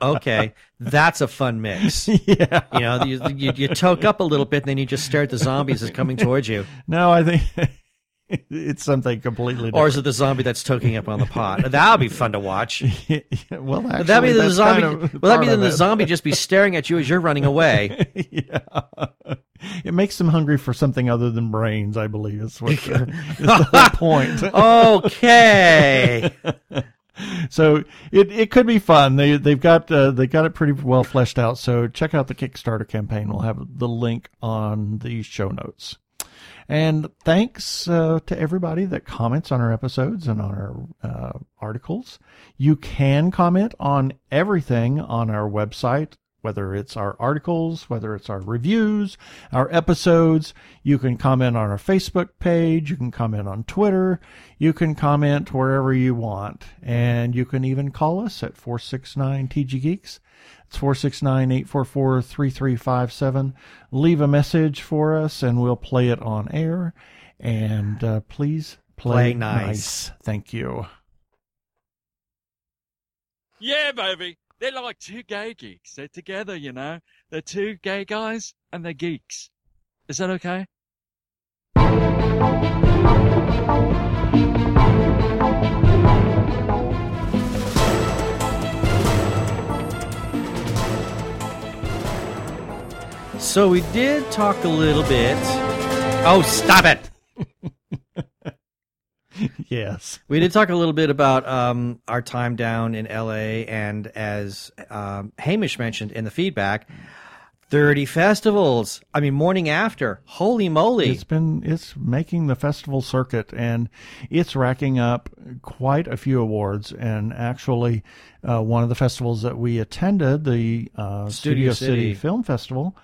S2: Okay, that's a fun mix.
S1: yeah.
S2: You know, you, you, you toke up a little bit, and then you just stare at the zombies as coming towards you.
S1: No, I think [laughs] it's something completely different.
S2: Or is it the zombie that's toking up on the pot? That would be fun to watch. Would
S1: Yeah, [laughs] well, actually,
S2: that be the
S1: that's
S2: zombie?
S1: Kind of
S2: would that be
S1: part of
S2: then the
S1: it.
S2: zombie just be staring at you as you're
S1: [laughs]
S2: running away?
S1: yeah. It makes them hungry for something other than brains, I believe. Is
S2: [laughs]
S1: what the, is the whole point.
S2: okay.
S1: So it, it could be fun. They they've got uh, they got it pretty well fleshed out. So check out the Kickstarter campaign. We'll have the link on the show notes. And thanks uh, to everybody that comments on our episodes and on our uh, articles. You can comment on everything on our website, whether it's our articles, whether it's our reviews, our episodes. You can comment on our Facebook page. You can comment on Twitter. You can comment wherever you want. And you can even call us at 469 TG Geeks. It's 469 844 3357. Leave a message for us and we'll play it on air. And uh, please play,
S2: Play nice.
S1: nice. Thank you.
S9: Yeah, baby. They're like two gay geeks. They're together, you know. They're two gay guys and they're geeks. Is that okay?
S2: So we did talk a little bit. Oh, stop it!
S1: Yes.
S2: We did talk a little bit about um, our time down in LA, and as um, Hamish mentioned in the feedback, thirty festivals. I mean, morning after. Holy moly!
S1: It's been it's making the festival circuit and it's racking up quite a few awards. And actually, uh, one of the festivals that we attended, the uh, Studio,
S2: Studio
S1: City.
S2: City.
S1: Film Festival,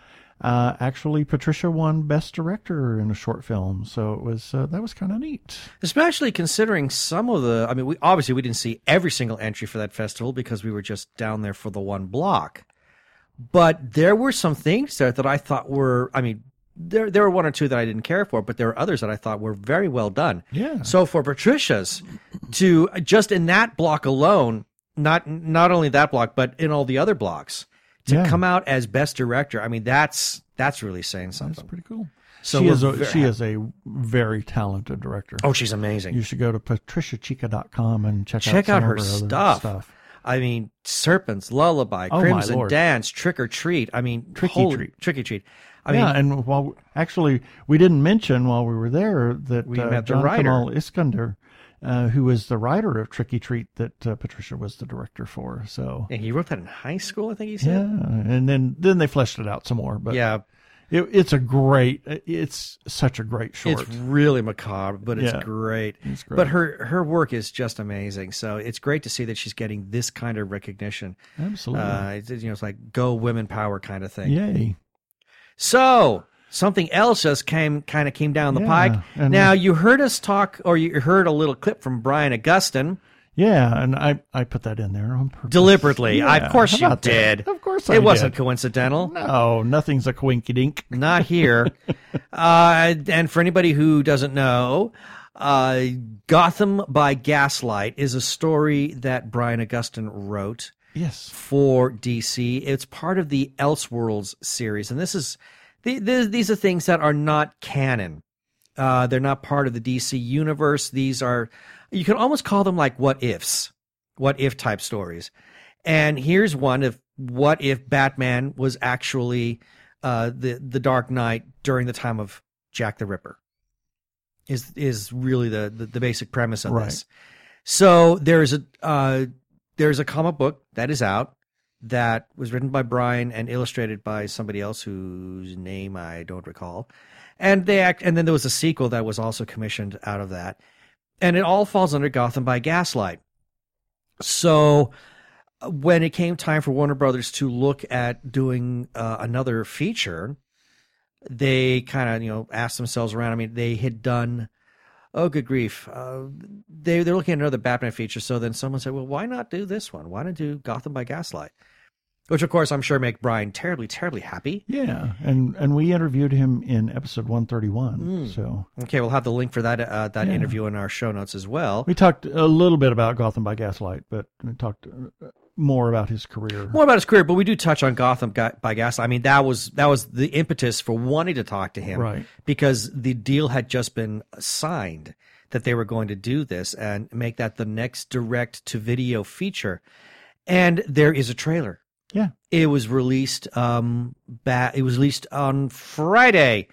S1: uh, actually Patricia won Best Director in a short film. So it was uh, that was kind of neat.
S2: Especially considering some of the, I mean, we obviously we didn't see every single entry for that festival because we were just down there for the one block, but there were some things there that I thought were, I mean, there there were one or two that I didn't care for, but there were others that I thought were very well done.
S1: Yeah.
S2: So for Patricia's to just in that block alone, not not only that block, but in all the other blocks to
S1: Yeah.
S2: come out as best director, I mean, that's that's really saying
S1: That's
S2: something.
S1: pretty cool.
S2: So
S1: she is
S2: we're
S1: a,
S2: ver-
S1: she is a very talented director.
S2: Oh, she's amazing.
S1: You should go to patriciachica.com and check,
S2: check
S1: out, some
S2: out her
S1: of other
S2: stuff. I mean, serpents, lullaby,
S1: Oh, my
S2: crimson
S1: Lord.
S2: dance, trick or treat. I mean,
S1: Tricky
S2: holy-
S1: treat.
S2: tricky treat. I
S1: yeah,
S2: mean,
S1: and while actually we didn't mention while we were there that
S2: We
S1: uh,
S2: met the
S1: John
S2: writer.
S1: Kamal Iskander, uh, who was the writer of Tricky Treat, that uh, Patricia was the director for. So
S2: and he wrote that in high school. I think he
S1: yeah,
S2: said.
S1: and then then they fleshed it out some more. But
S2: Yeah,
S1: it, it's a great, it's such a great short.
S2: it's really macabre, but it's
S1: Yeah.
S2: great.
S1: It's great.
S2: But her her work is just amazing. So it's great to see that she's getting this kind of recognition.
S1: Absolutely,
S2: Uh, it's, you know, it's like go women power kind of thing.
S1: yay!
S2: So something else just came kind of came down the
S1: Yeah,
S2: pike.
S1: and-
S2: Now you heard us talk, or you heard a little clip from Brian Augustine.
S1: Yeah, and I I put that in there on purpose.
S2: deliberately. I,
S1: Yeah,
S2: of course
S1: how
S2: you
S1: about that?
S2: did.
S1: Of course I
S2: it wasn't
S1: did.
S2: coincidental.
S1: No, nothing's a quinky dink.
S2: Not here.
S1: [laughs]
S2: uh, and for anybody who doesn't know, uh, Gotham by Gaslight is a story that Brian Augustine wrote
S1: Yes,
S2: for DC. It's part of the Elseworlds series, and this is th- th- these are things that are not canon. Uh, they're not part of the DC universe. These are you can almost call them like what ifs, what if type stories. And here's one of what if Batman was actually uh, the the Dark Knight during the time of Jack the Ripper. Is is really the the, the basic premise of
S1: Right.
S2: this. So there is a uh, there's a comic book that is out that was written by Brian and illustrated by somebody else whose name I don't recall. And they act and then there was a sequel that was also commissioned out of that. And it all falls under Gotham by Gaslight. So uh, when it came time for Warner Brothers to look at doing uh, another feature, they kind of, you know, asked themselves around. I mean, they had done Oh, good grief! Uh, they they're looking at another Batman feature. So then someone said, "Well, why not do this one? Why not do Gotham by Gaslight?" Which, of course, I'm sure make Brian terribly, terribly happy.
S1: yeah, and and we interviewed him in episode one thirty one.
S2: Hmm.
S1: So
S2: Okay, we'll have the link for that uh, that interview in our show notes as well.
S1: We talked a little bit about Gotham by Gaslight, but we talked uh, more about his career.
S2: More about his career, but we do touch on Gotham Ga- by Gaslight. I mean, that was that was the impetus for wanting to talk to him,
S1: Right.
S2: Because the deal had just been signed, that they were going to do this and make that the next direct to video feature. And there is a trailer.
S1: Yeah.
S2: It was released um ba- it was released on Friday.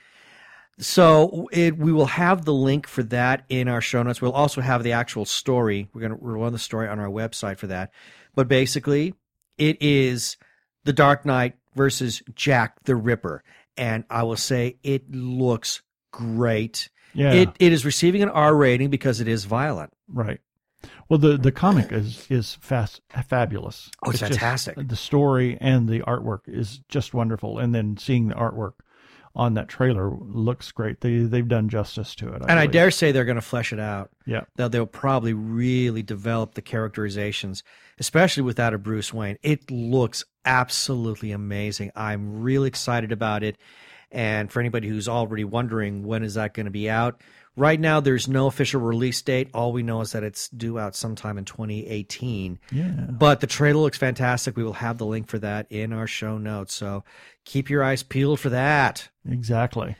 S2: So it we will have the link for that in our show notes. We'll also have the actual story. We're gonna we'll run the story on our website for that. But basically, it is the Dark Knight versus Jack the Ripper, and I will say it looks great.
S1: Yeah.
S2: It it is receiving an R rating because it is violent.
S1: Right. Well, the the comic is is fast fabulous.
S2: Oh, it's
S1: just-
S2: fantastic.
S1: the story and the artwork is just wonderful, and then seeing the artwork on that trailer looks great. They they've done justice to it.
S2: and I
S1: believe.
S2: dare say they're going to flesh it out.
S1: Yeah.
S2: They'll, they'll probably really develop the characterizations, especially without a Bruce Wayne. It looks absolutely amazing. I'm really excited about it. And for anybody who's already wondering when is that going to be out, right now there's no official release date. All we know is that it's due out sometime in 2018.
S1: Yeah.
S2: But the trailer looks fantastic. We will have the link for that in our show notes. So keep your eyes peeled for that.
S1: Exactly.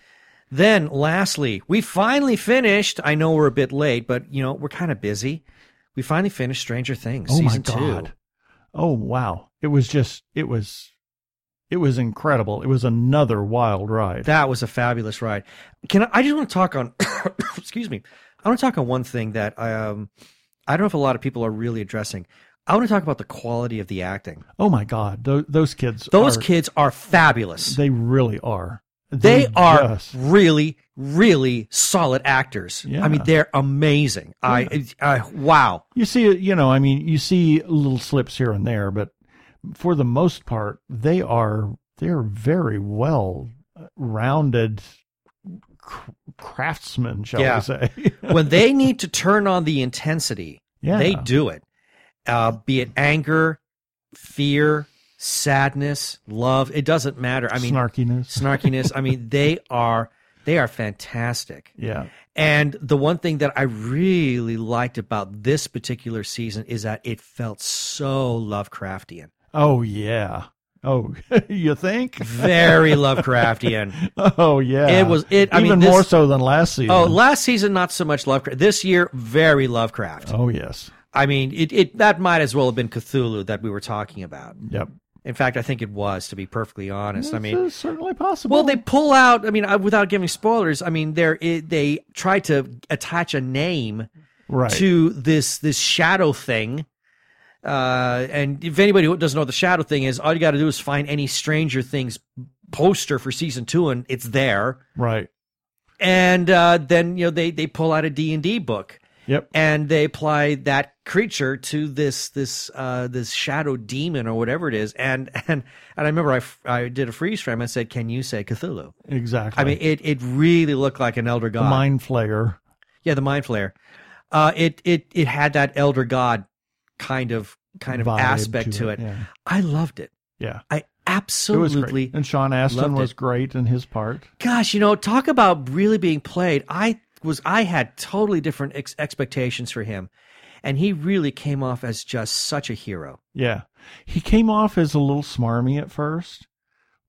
S2: Then, lastly, we finally finished. I know we're a bit late, but you know we're kind of busy. We finally finished Stranger Things
S1: Oh my
S2: season
S1: god.
S2: two.
S1: Oh wow. It was just it was it was incredible. It was another wild ride.
S2: That was a fabulous ride. Can I, I just want to talk on? [coughs] excuse me. I want to talk on one thing that um, I don't know if a lot of people are really addressing. I want to talk about the quality of the acting.
S1: oh my god. Those, those kids
S2: Those
S1: are-
S2: kids are fabulous. They,
S1: they really are.
S2: are
S1: just-
S2: really, really solid actors.
S1: Yeah.
S2: I mean, they're amazing. I, I, wow.
S1: You see, you know, I mean, you see little slips here and there, but for the most part, they are they're very well uh, rounded cr- craftsmen, shall
S2: Yeah.
S1: we say? [laughs]
S2: when they need to turn on the intensity,
S1: Yeah.
S2: they do it. Uh, be it anger, fear, sadness, love, it doesn't matter. I mean,
S1: snarkiness.
S2: snarkiness. I mean, they are they are fantastic.
S1: yeah,
S2: And the one thing that I really liked about this particular season is that it felt so Lovecraftian.
S1: Oh yeah. Oh, [laughs] you think? [laughs]
S2: Very Lovecraftian.
S1: Oh yeah.
S2: It was- it- I
S1: even
S2: mean, this-
S1: more so than last season.
S2: Oh, last season not so much Lovecraft. This year, very Lovecraft.
S1: oh yes.
S2: I mean, it, it that might as well have been Cthulhu that we were talking about.
S1: Yep.
S2: In fact, I think it was, to be perfectly honest. I
S1: This
S2: mean,
S1: is certainly possible.
S2: well, they pull out. I mean, I- without giving spoilers, I mean, there i they try to attach a name
S1: right.
S2: to this this shadow thing. Uh, and if anybody who doesn't know what the shadow thing is, all you got to do is find any Stranger Things poster for season two, and it's there.
S1: right.
S2: And uh, then you know they they pull out a D and D book,
S1: Yep.
S2: and they apply that creature to this this uh this shadow demon or whatever it is and [laughs] and and i remember i f- I did a freeze frame and said can you say cthulhu
S1: Exactly.
S2: i mean it it really looked like an elder
S1: the
S2: god
S1: mind flayer.
S2: yeah the mind flare uh it it it had that elder god kind of kind of
S1: vibe
S2: aspect to it,
S1: Yeah.
S2: i loved it
S1: Yeah.
S2: i
S1: It was great.
S2: absolutely
S1: And Sean Astin
S2: loved
S1: was
S2: it.
S1: great in his part.
S2: gosh you know talk about really being played i was i had totally different ex- expectations for him and he really came off as just such a hero
S1: Yeah. He came off as a little smarmy at first,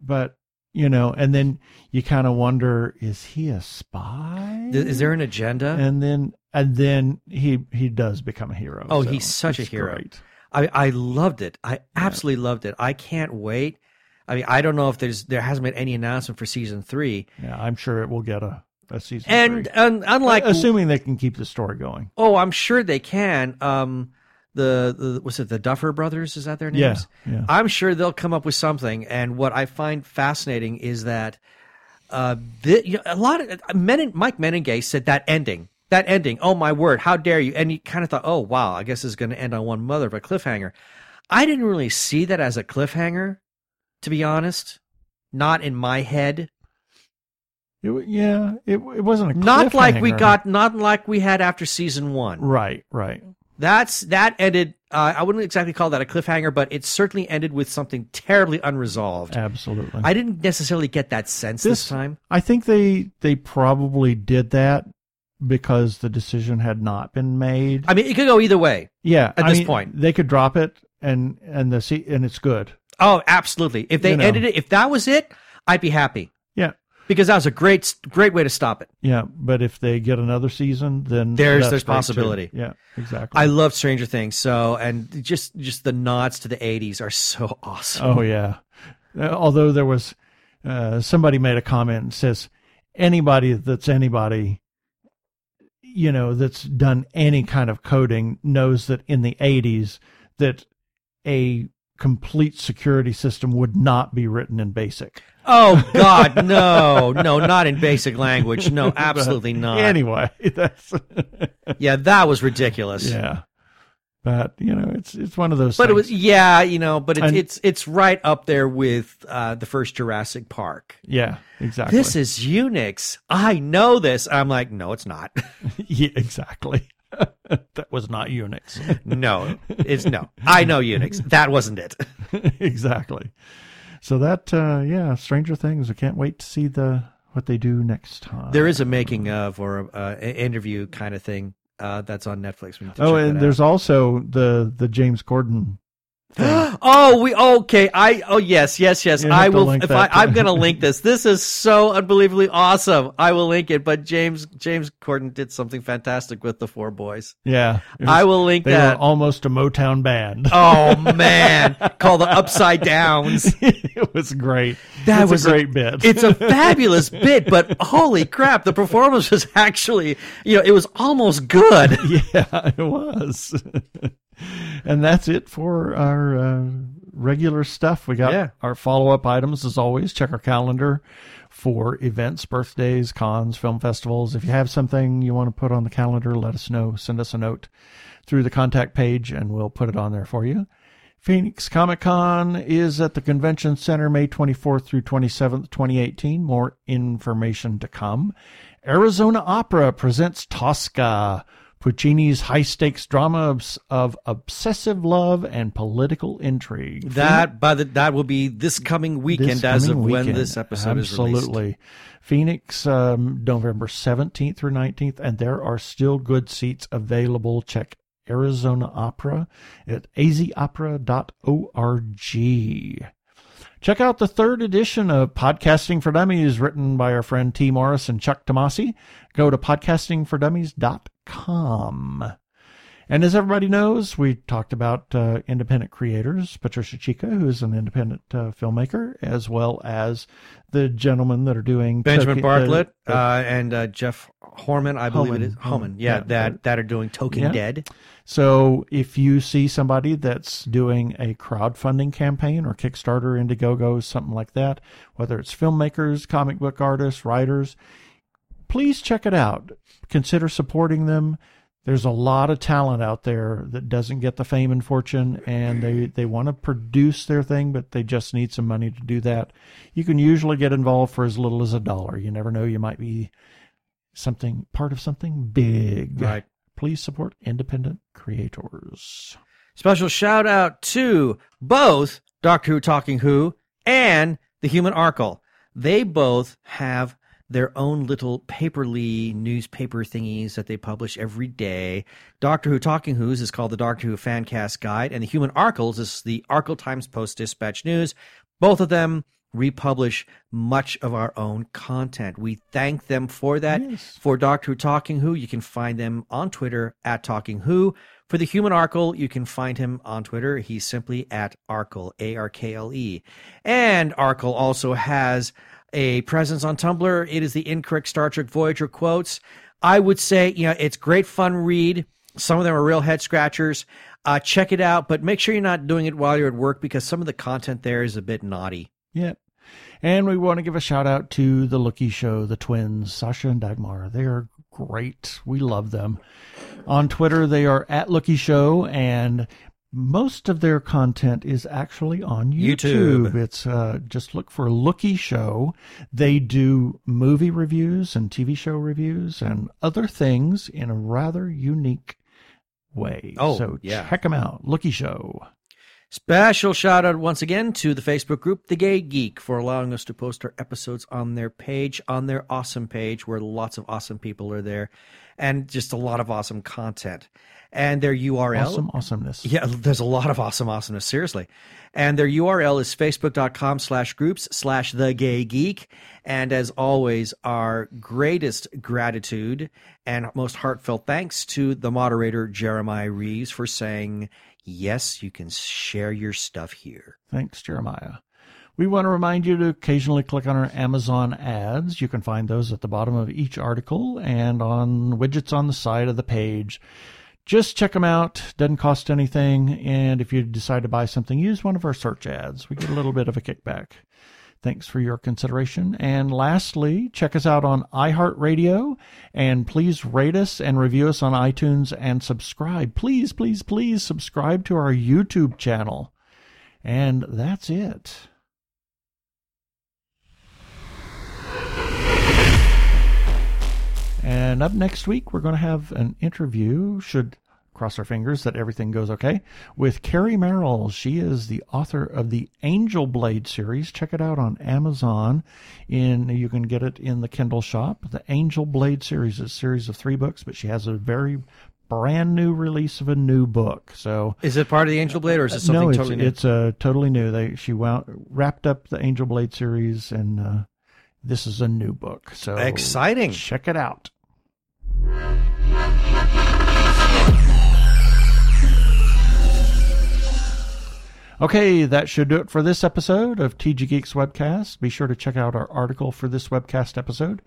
S1: but you know, and then you kind of wonder, is he a spy?
S2: Th- Is there an agenda?
S1: and then and then he he does become a hero.
S2: Oh,
S1: so
S2: he's such a
S1: it's
S2: hero.
S1: great.
S2: I, I loved it. I absolutely loved it. I can't wait. I mean, I don't know if there's there hasn't been any announcement for season three,
S1: Yeah, I'm sure it will get a, a season.
S2: and
S1: three. Uh,
S2: and unlike
S1: assuming they can keep the story going.
S2: oh, I'm sure they can. Um, the, the was it the Duffer Brothers? Is that their names?
S1: Yeah, yeah.
S2: I'm sure they'll come up with something. And what I find fascinating is that uh, the, you know, a lot of uh, Menin, Mike Menengay said that ending, that ending. Oh my word! How dare you? And you kind of thought, oh wow, I guess this is going to end on one mother of a cliffhanger. I didn't really see that as a cliffhanger, to be honest. Not in my head.
S1: It, wa- yeah, it it wasn't a
S2: Not like we
S1: cliffhanger.
S2: got. Not like we had after season one.
S1: right, right.
S2: That's that ended. Uh, I wouldn't exactly call that a cliffhanger, but it certainly ended with something terribly unresolved.
S1: Absolutely.
S2: I didn't necessarily get that sense this, time.
S1: I think they they probably did that because the decision had not been made.
S2: I mean, it could go either way.
S1: yeah,
S2: at
S1: I
S2: this
S1: mean,
S2: point.
S1: they could drop it and and the se- and it's good.
S2: Oh, absolutely. If they
S1: You know.
S2: ended it, if that was it, I'd be happy.
S1: Yeah,
S2: because that was a great great way to stop it.
S1: Yeah, but if they get another season, then that's
S2: There's- there's
S1: great, too.
S2: possibility.
S1: Yeah, exactly.
S2: I love Stranger Things. So and just just the nods to the 80s are so awesome. [laughs]
S1: oh yeah. Uh, Although there was uh, somebody made a comment and says anybody that's anybody, you know, that's done any kind of coding knows that in the '80s that a complete security system would not be written in BASIC.
S2: Oh
S1: [laughs]
S2: God, no, no, not in basic language. No, absolutely not.
S1: Anyway, [laughs]
S2: [laughs]
S1: that's
S2: Yeah, that was ridiculous.
S1: yeah. But you know, it's it's one of those.
S2: But it
S1: things.
S2: was yeah, you know, but it's
S1: And-
S2: it's it's right up there with uh, the first Jurassic Park.
S1: yeah, exactly.
S2: This is Unix. I know this. I'm like, no, it's not.
S1: [laughs]
S2: [laughs]
S1: Yeah, exactly. [laughs] that was not Unix.
S2: No, it's no. I know Unix. That wasn't it.
S1: [laughs] exactly. So that uh yeah, Stranger Things. I can't wait to see the what they do next time.
S2: There is a making of or uh, a, a interview kind of thing uh, that's on Netflix. We need to
S1: Oh,
S2: check that
S1: and
S2: out.
S1: there's also the the James Corden.
S2: oh, we okay. I oh yes, yes, yes.
S1: You have
S2: I
S1: to
S2: will.
S1: link
S2: If I,
S1: that to-
S2: I'm going to link this. This is so unbelievably awesome. I will link it. But James James Corden did something fantastic with the Four Boys.
S1: Yeah. It was-
S2: I will link
S1: they
S2: that.
S1: were almost a Motown band.
S2: oh man, call the Upside Downs.
S1: [laughs] it was great.
S2: That
S1: it's
S2: was
S1: a great bit.
S2: It's a fabulous bit, but holy crap, the performance was actually, you know, it was almost good.
S1: [laughs] yeah, it was. [laughs] and that's it for our uh, regular stuff. We got
S2: Yeah.
S1: our follow up items as always. Check our calendar for events, birthdays, cons, film festivals. If you have something you want to put on the calendar, let us know. Send us a note through the contact page and we'll put it on there for you. Phoenix Comic Con is at the Convention Center May 24th through 27th, 2018. More information to come. Arizona Opera presents Tosca, Puccini's high stakes drama of, of obsessive love and political intrigue.
S2: That by the that will be this coming weekend
S1: This
S2: as of
S1: coming
S2: when
S1: weekend.
S2: this episode is released.
S1: Absolutely. Phoenix, um, November 17th through 19th, and there are still good seats available. Check Arizona Opera at azopera.org. Check out the third edition of Podcasting for Dummies, written by our friend T. Morris and Chuck Tomasi. Go to podcastingfordummies.com. And as everybody knows, we talked about uh, independent creators, Patricia Chica, who is an independent uh, filmmaker, as well as the gentlemen that are doing
S2: Benjamin
S1: Toki-
S2: Bartlett
S1: the-
S2: uh, and uh, Jeff Horman, I believe
S1: Homan.
S2: it is Horman. Yeah, uh,
S1: Yeah.
S2: that that are doing Token
S1: Yeah.
S2: Dead.
S1: So if you see somebody that's doing a crowdfunding campaign or Kickstarter, Indiegogo, something like that, whether it's filmmakers, comic book artists, writers, please check it out. Consider supporting them. There's a lot of talent out there that doesn't get the fame and fortune, and they, they want to produce their thing, but they just need some money to do that. You can usually get involved for as little as a dollar. You never know, you might be something part of something big
S2: Right.
S1: please support independent creators.
S2: Special shout out to both Doctor Who Talking Who and The Human Arkle. They both have their own little paperly newspaper thingies that they publish every day. Doctor Who Talking Who's is called the Doctor Who Fancast Guide, and The Human Arkles is the Arkle Times Post Dispatch News. Both of them republish much of our own content. We thank them for that.
S1: Yes.
S2: For Doctor Who Talking Who, you can find them on Twitter at Talking Who. For the Human Arkle, you can find him on Twitter. He's simply at Arkle, A R K L E. And Arkle also has a presence on Tumblr. It is the incorrect Star Trek Voyager quotes. I would say, you know, it's great fun read. Some of them are real head scratchers. Uh, check it out, but make sure you're not doing it while you're at work because some of the content there is a bit naughty.
S1: Yep. And we want to give a shout out to the Lookie Show, the twins, Sasha and Dagmar. They are great. We love them. On Twitter, they are at Lookie Show, and most of their content is actually on YouTube.
S2: YouTube.
S1: It's uh, just look for Lookie Show. They do movie reviews and TV show reviews and other things in a rather unique way.
S2: Oh,
S1: so
S2: yeah.
S1: check them out. Lookie Show.
S2: Special shout out once again to the Facebook group The Gay Geek for allowing us to post our episodes on their page, on their awesome page, where lots of awesome people are there and just a lot of awesome content. And their URL
S1: Awesome awesomeness.
S2: yeah, there's a lot of awesome awesomeness, seriously. And their URL is facebook.com slash groups slash the gay geek. And as always, our greatest gratitude and most heartfelt thanks to the moderator, Jeremiah Reeves, for saying, yes, you can share your stuff here.
S1: Thanks, Jeremiah. We want to remind you to occasionally click on our Amazon ads. You can find those at the bottom of each article and on widgets on the side of the page. Just check them out. Doesn't cost anything. And if you decide to buy something, use one of our search ads. We get a little bit of a kickback. Thanks for your consideration. And lastly, check us out on iHeartRadio and please rate us and review us on iTunes and subscribe. Please, please, please subscribe to our YouTube channel. And that's it. And up next week, we're going to have an interview, should cross our fingers that everything goes okay, with Carrie Merrill. She is the author of the Angel Blade series. Check it out on Amazon. In You can get it in the Kindle shop. The Angel Blade series is a series of three books, but she has a very brand new release of a new book. So
S2: Is it part of the Angel Blade or is it something
S1: no, it's,
S2: totally new?
S1: it's uh, totally new. They she wound, wrapped up the Angel Blade series, and uh, this is a new book. So
S2: Exciting.
S1: Check it out. Okay, that should do it for this episode of TG Geeks Webcast. Be sure to check out our article for this webcast episode.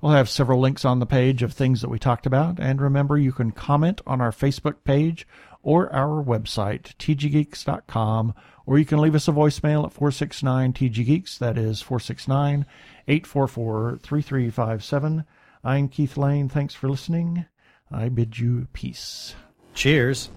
S1: We'll have several links on the page of things that we talked about. And remember, you can comment on our Facebook page or our website, tggeeks.com, or you can leave us a voicemail at 469 TGGeeks. That is 469 844 3357. I'm Keith Lane. Thanks for listening. I bid you peace.
S2: Cheers.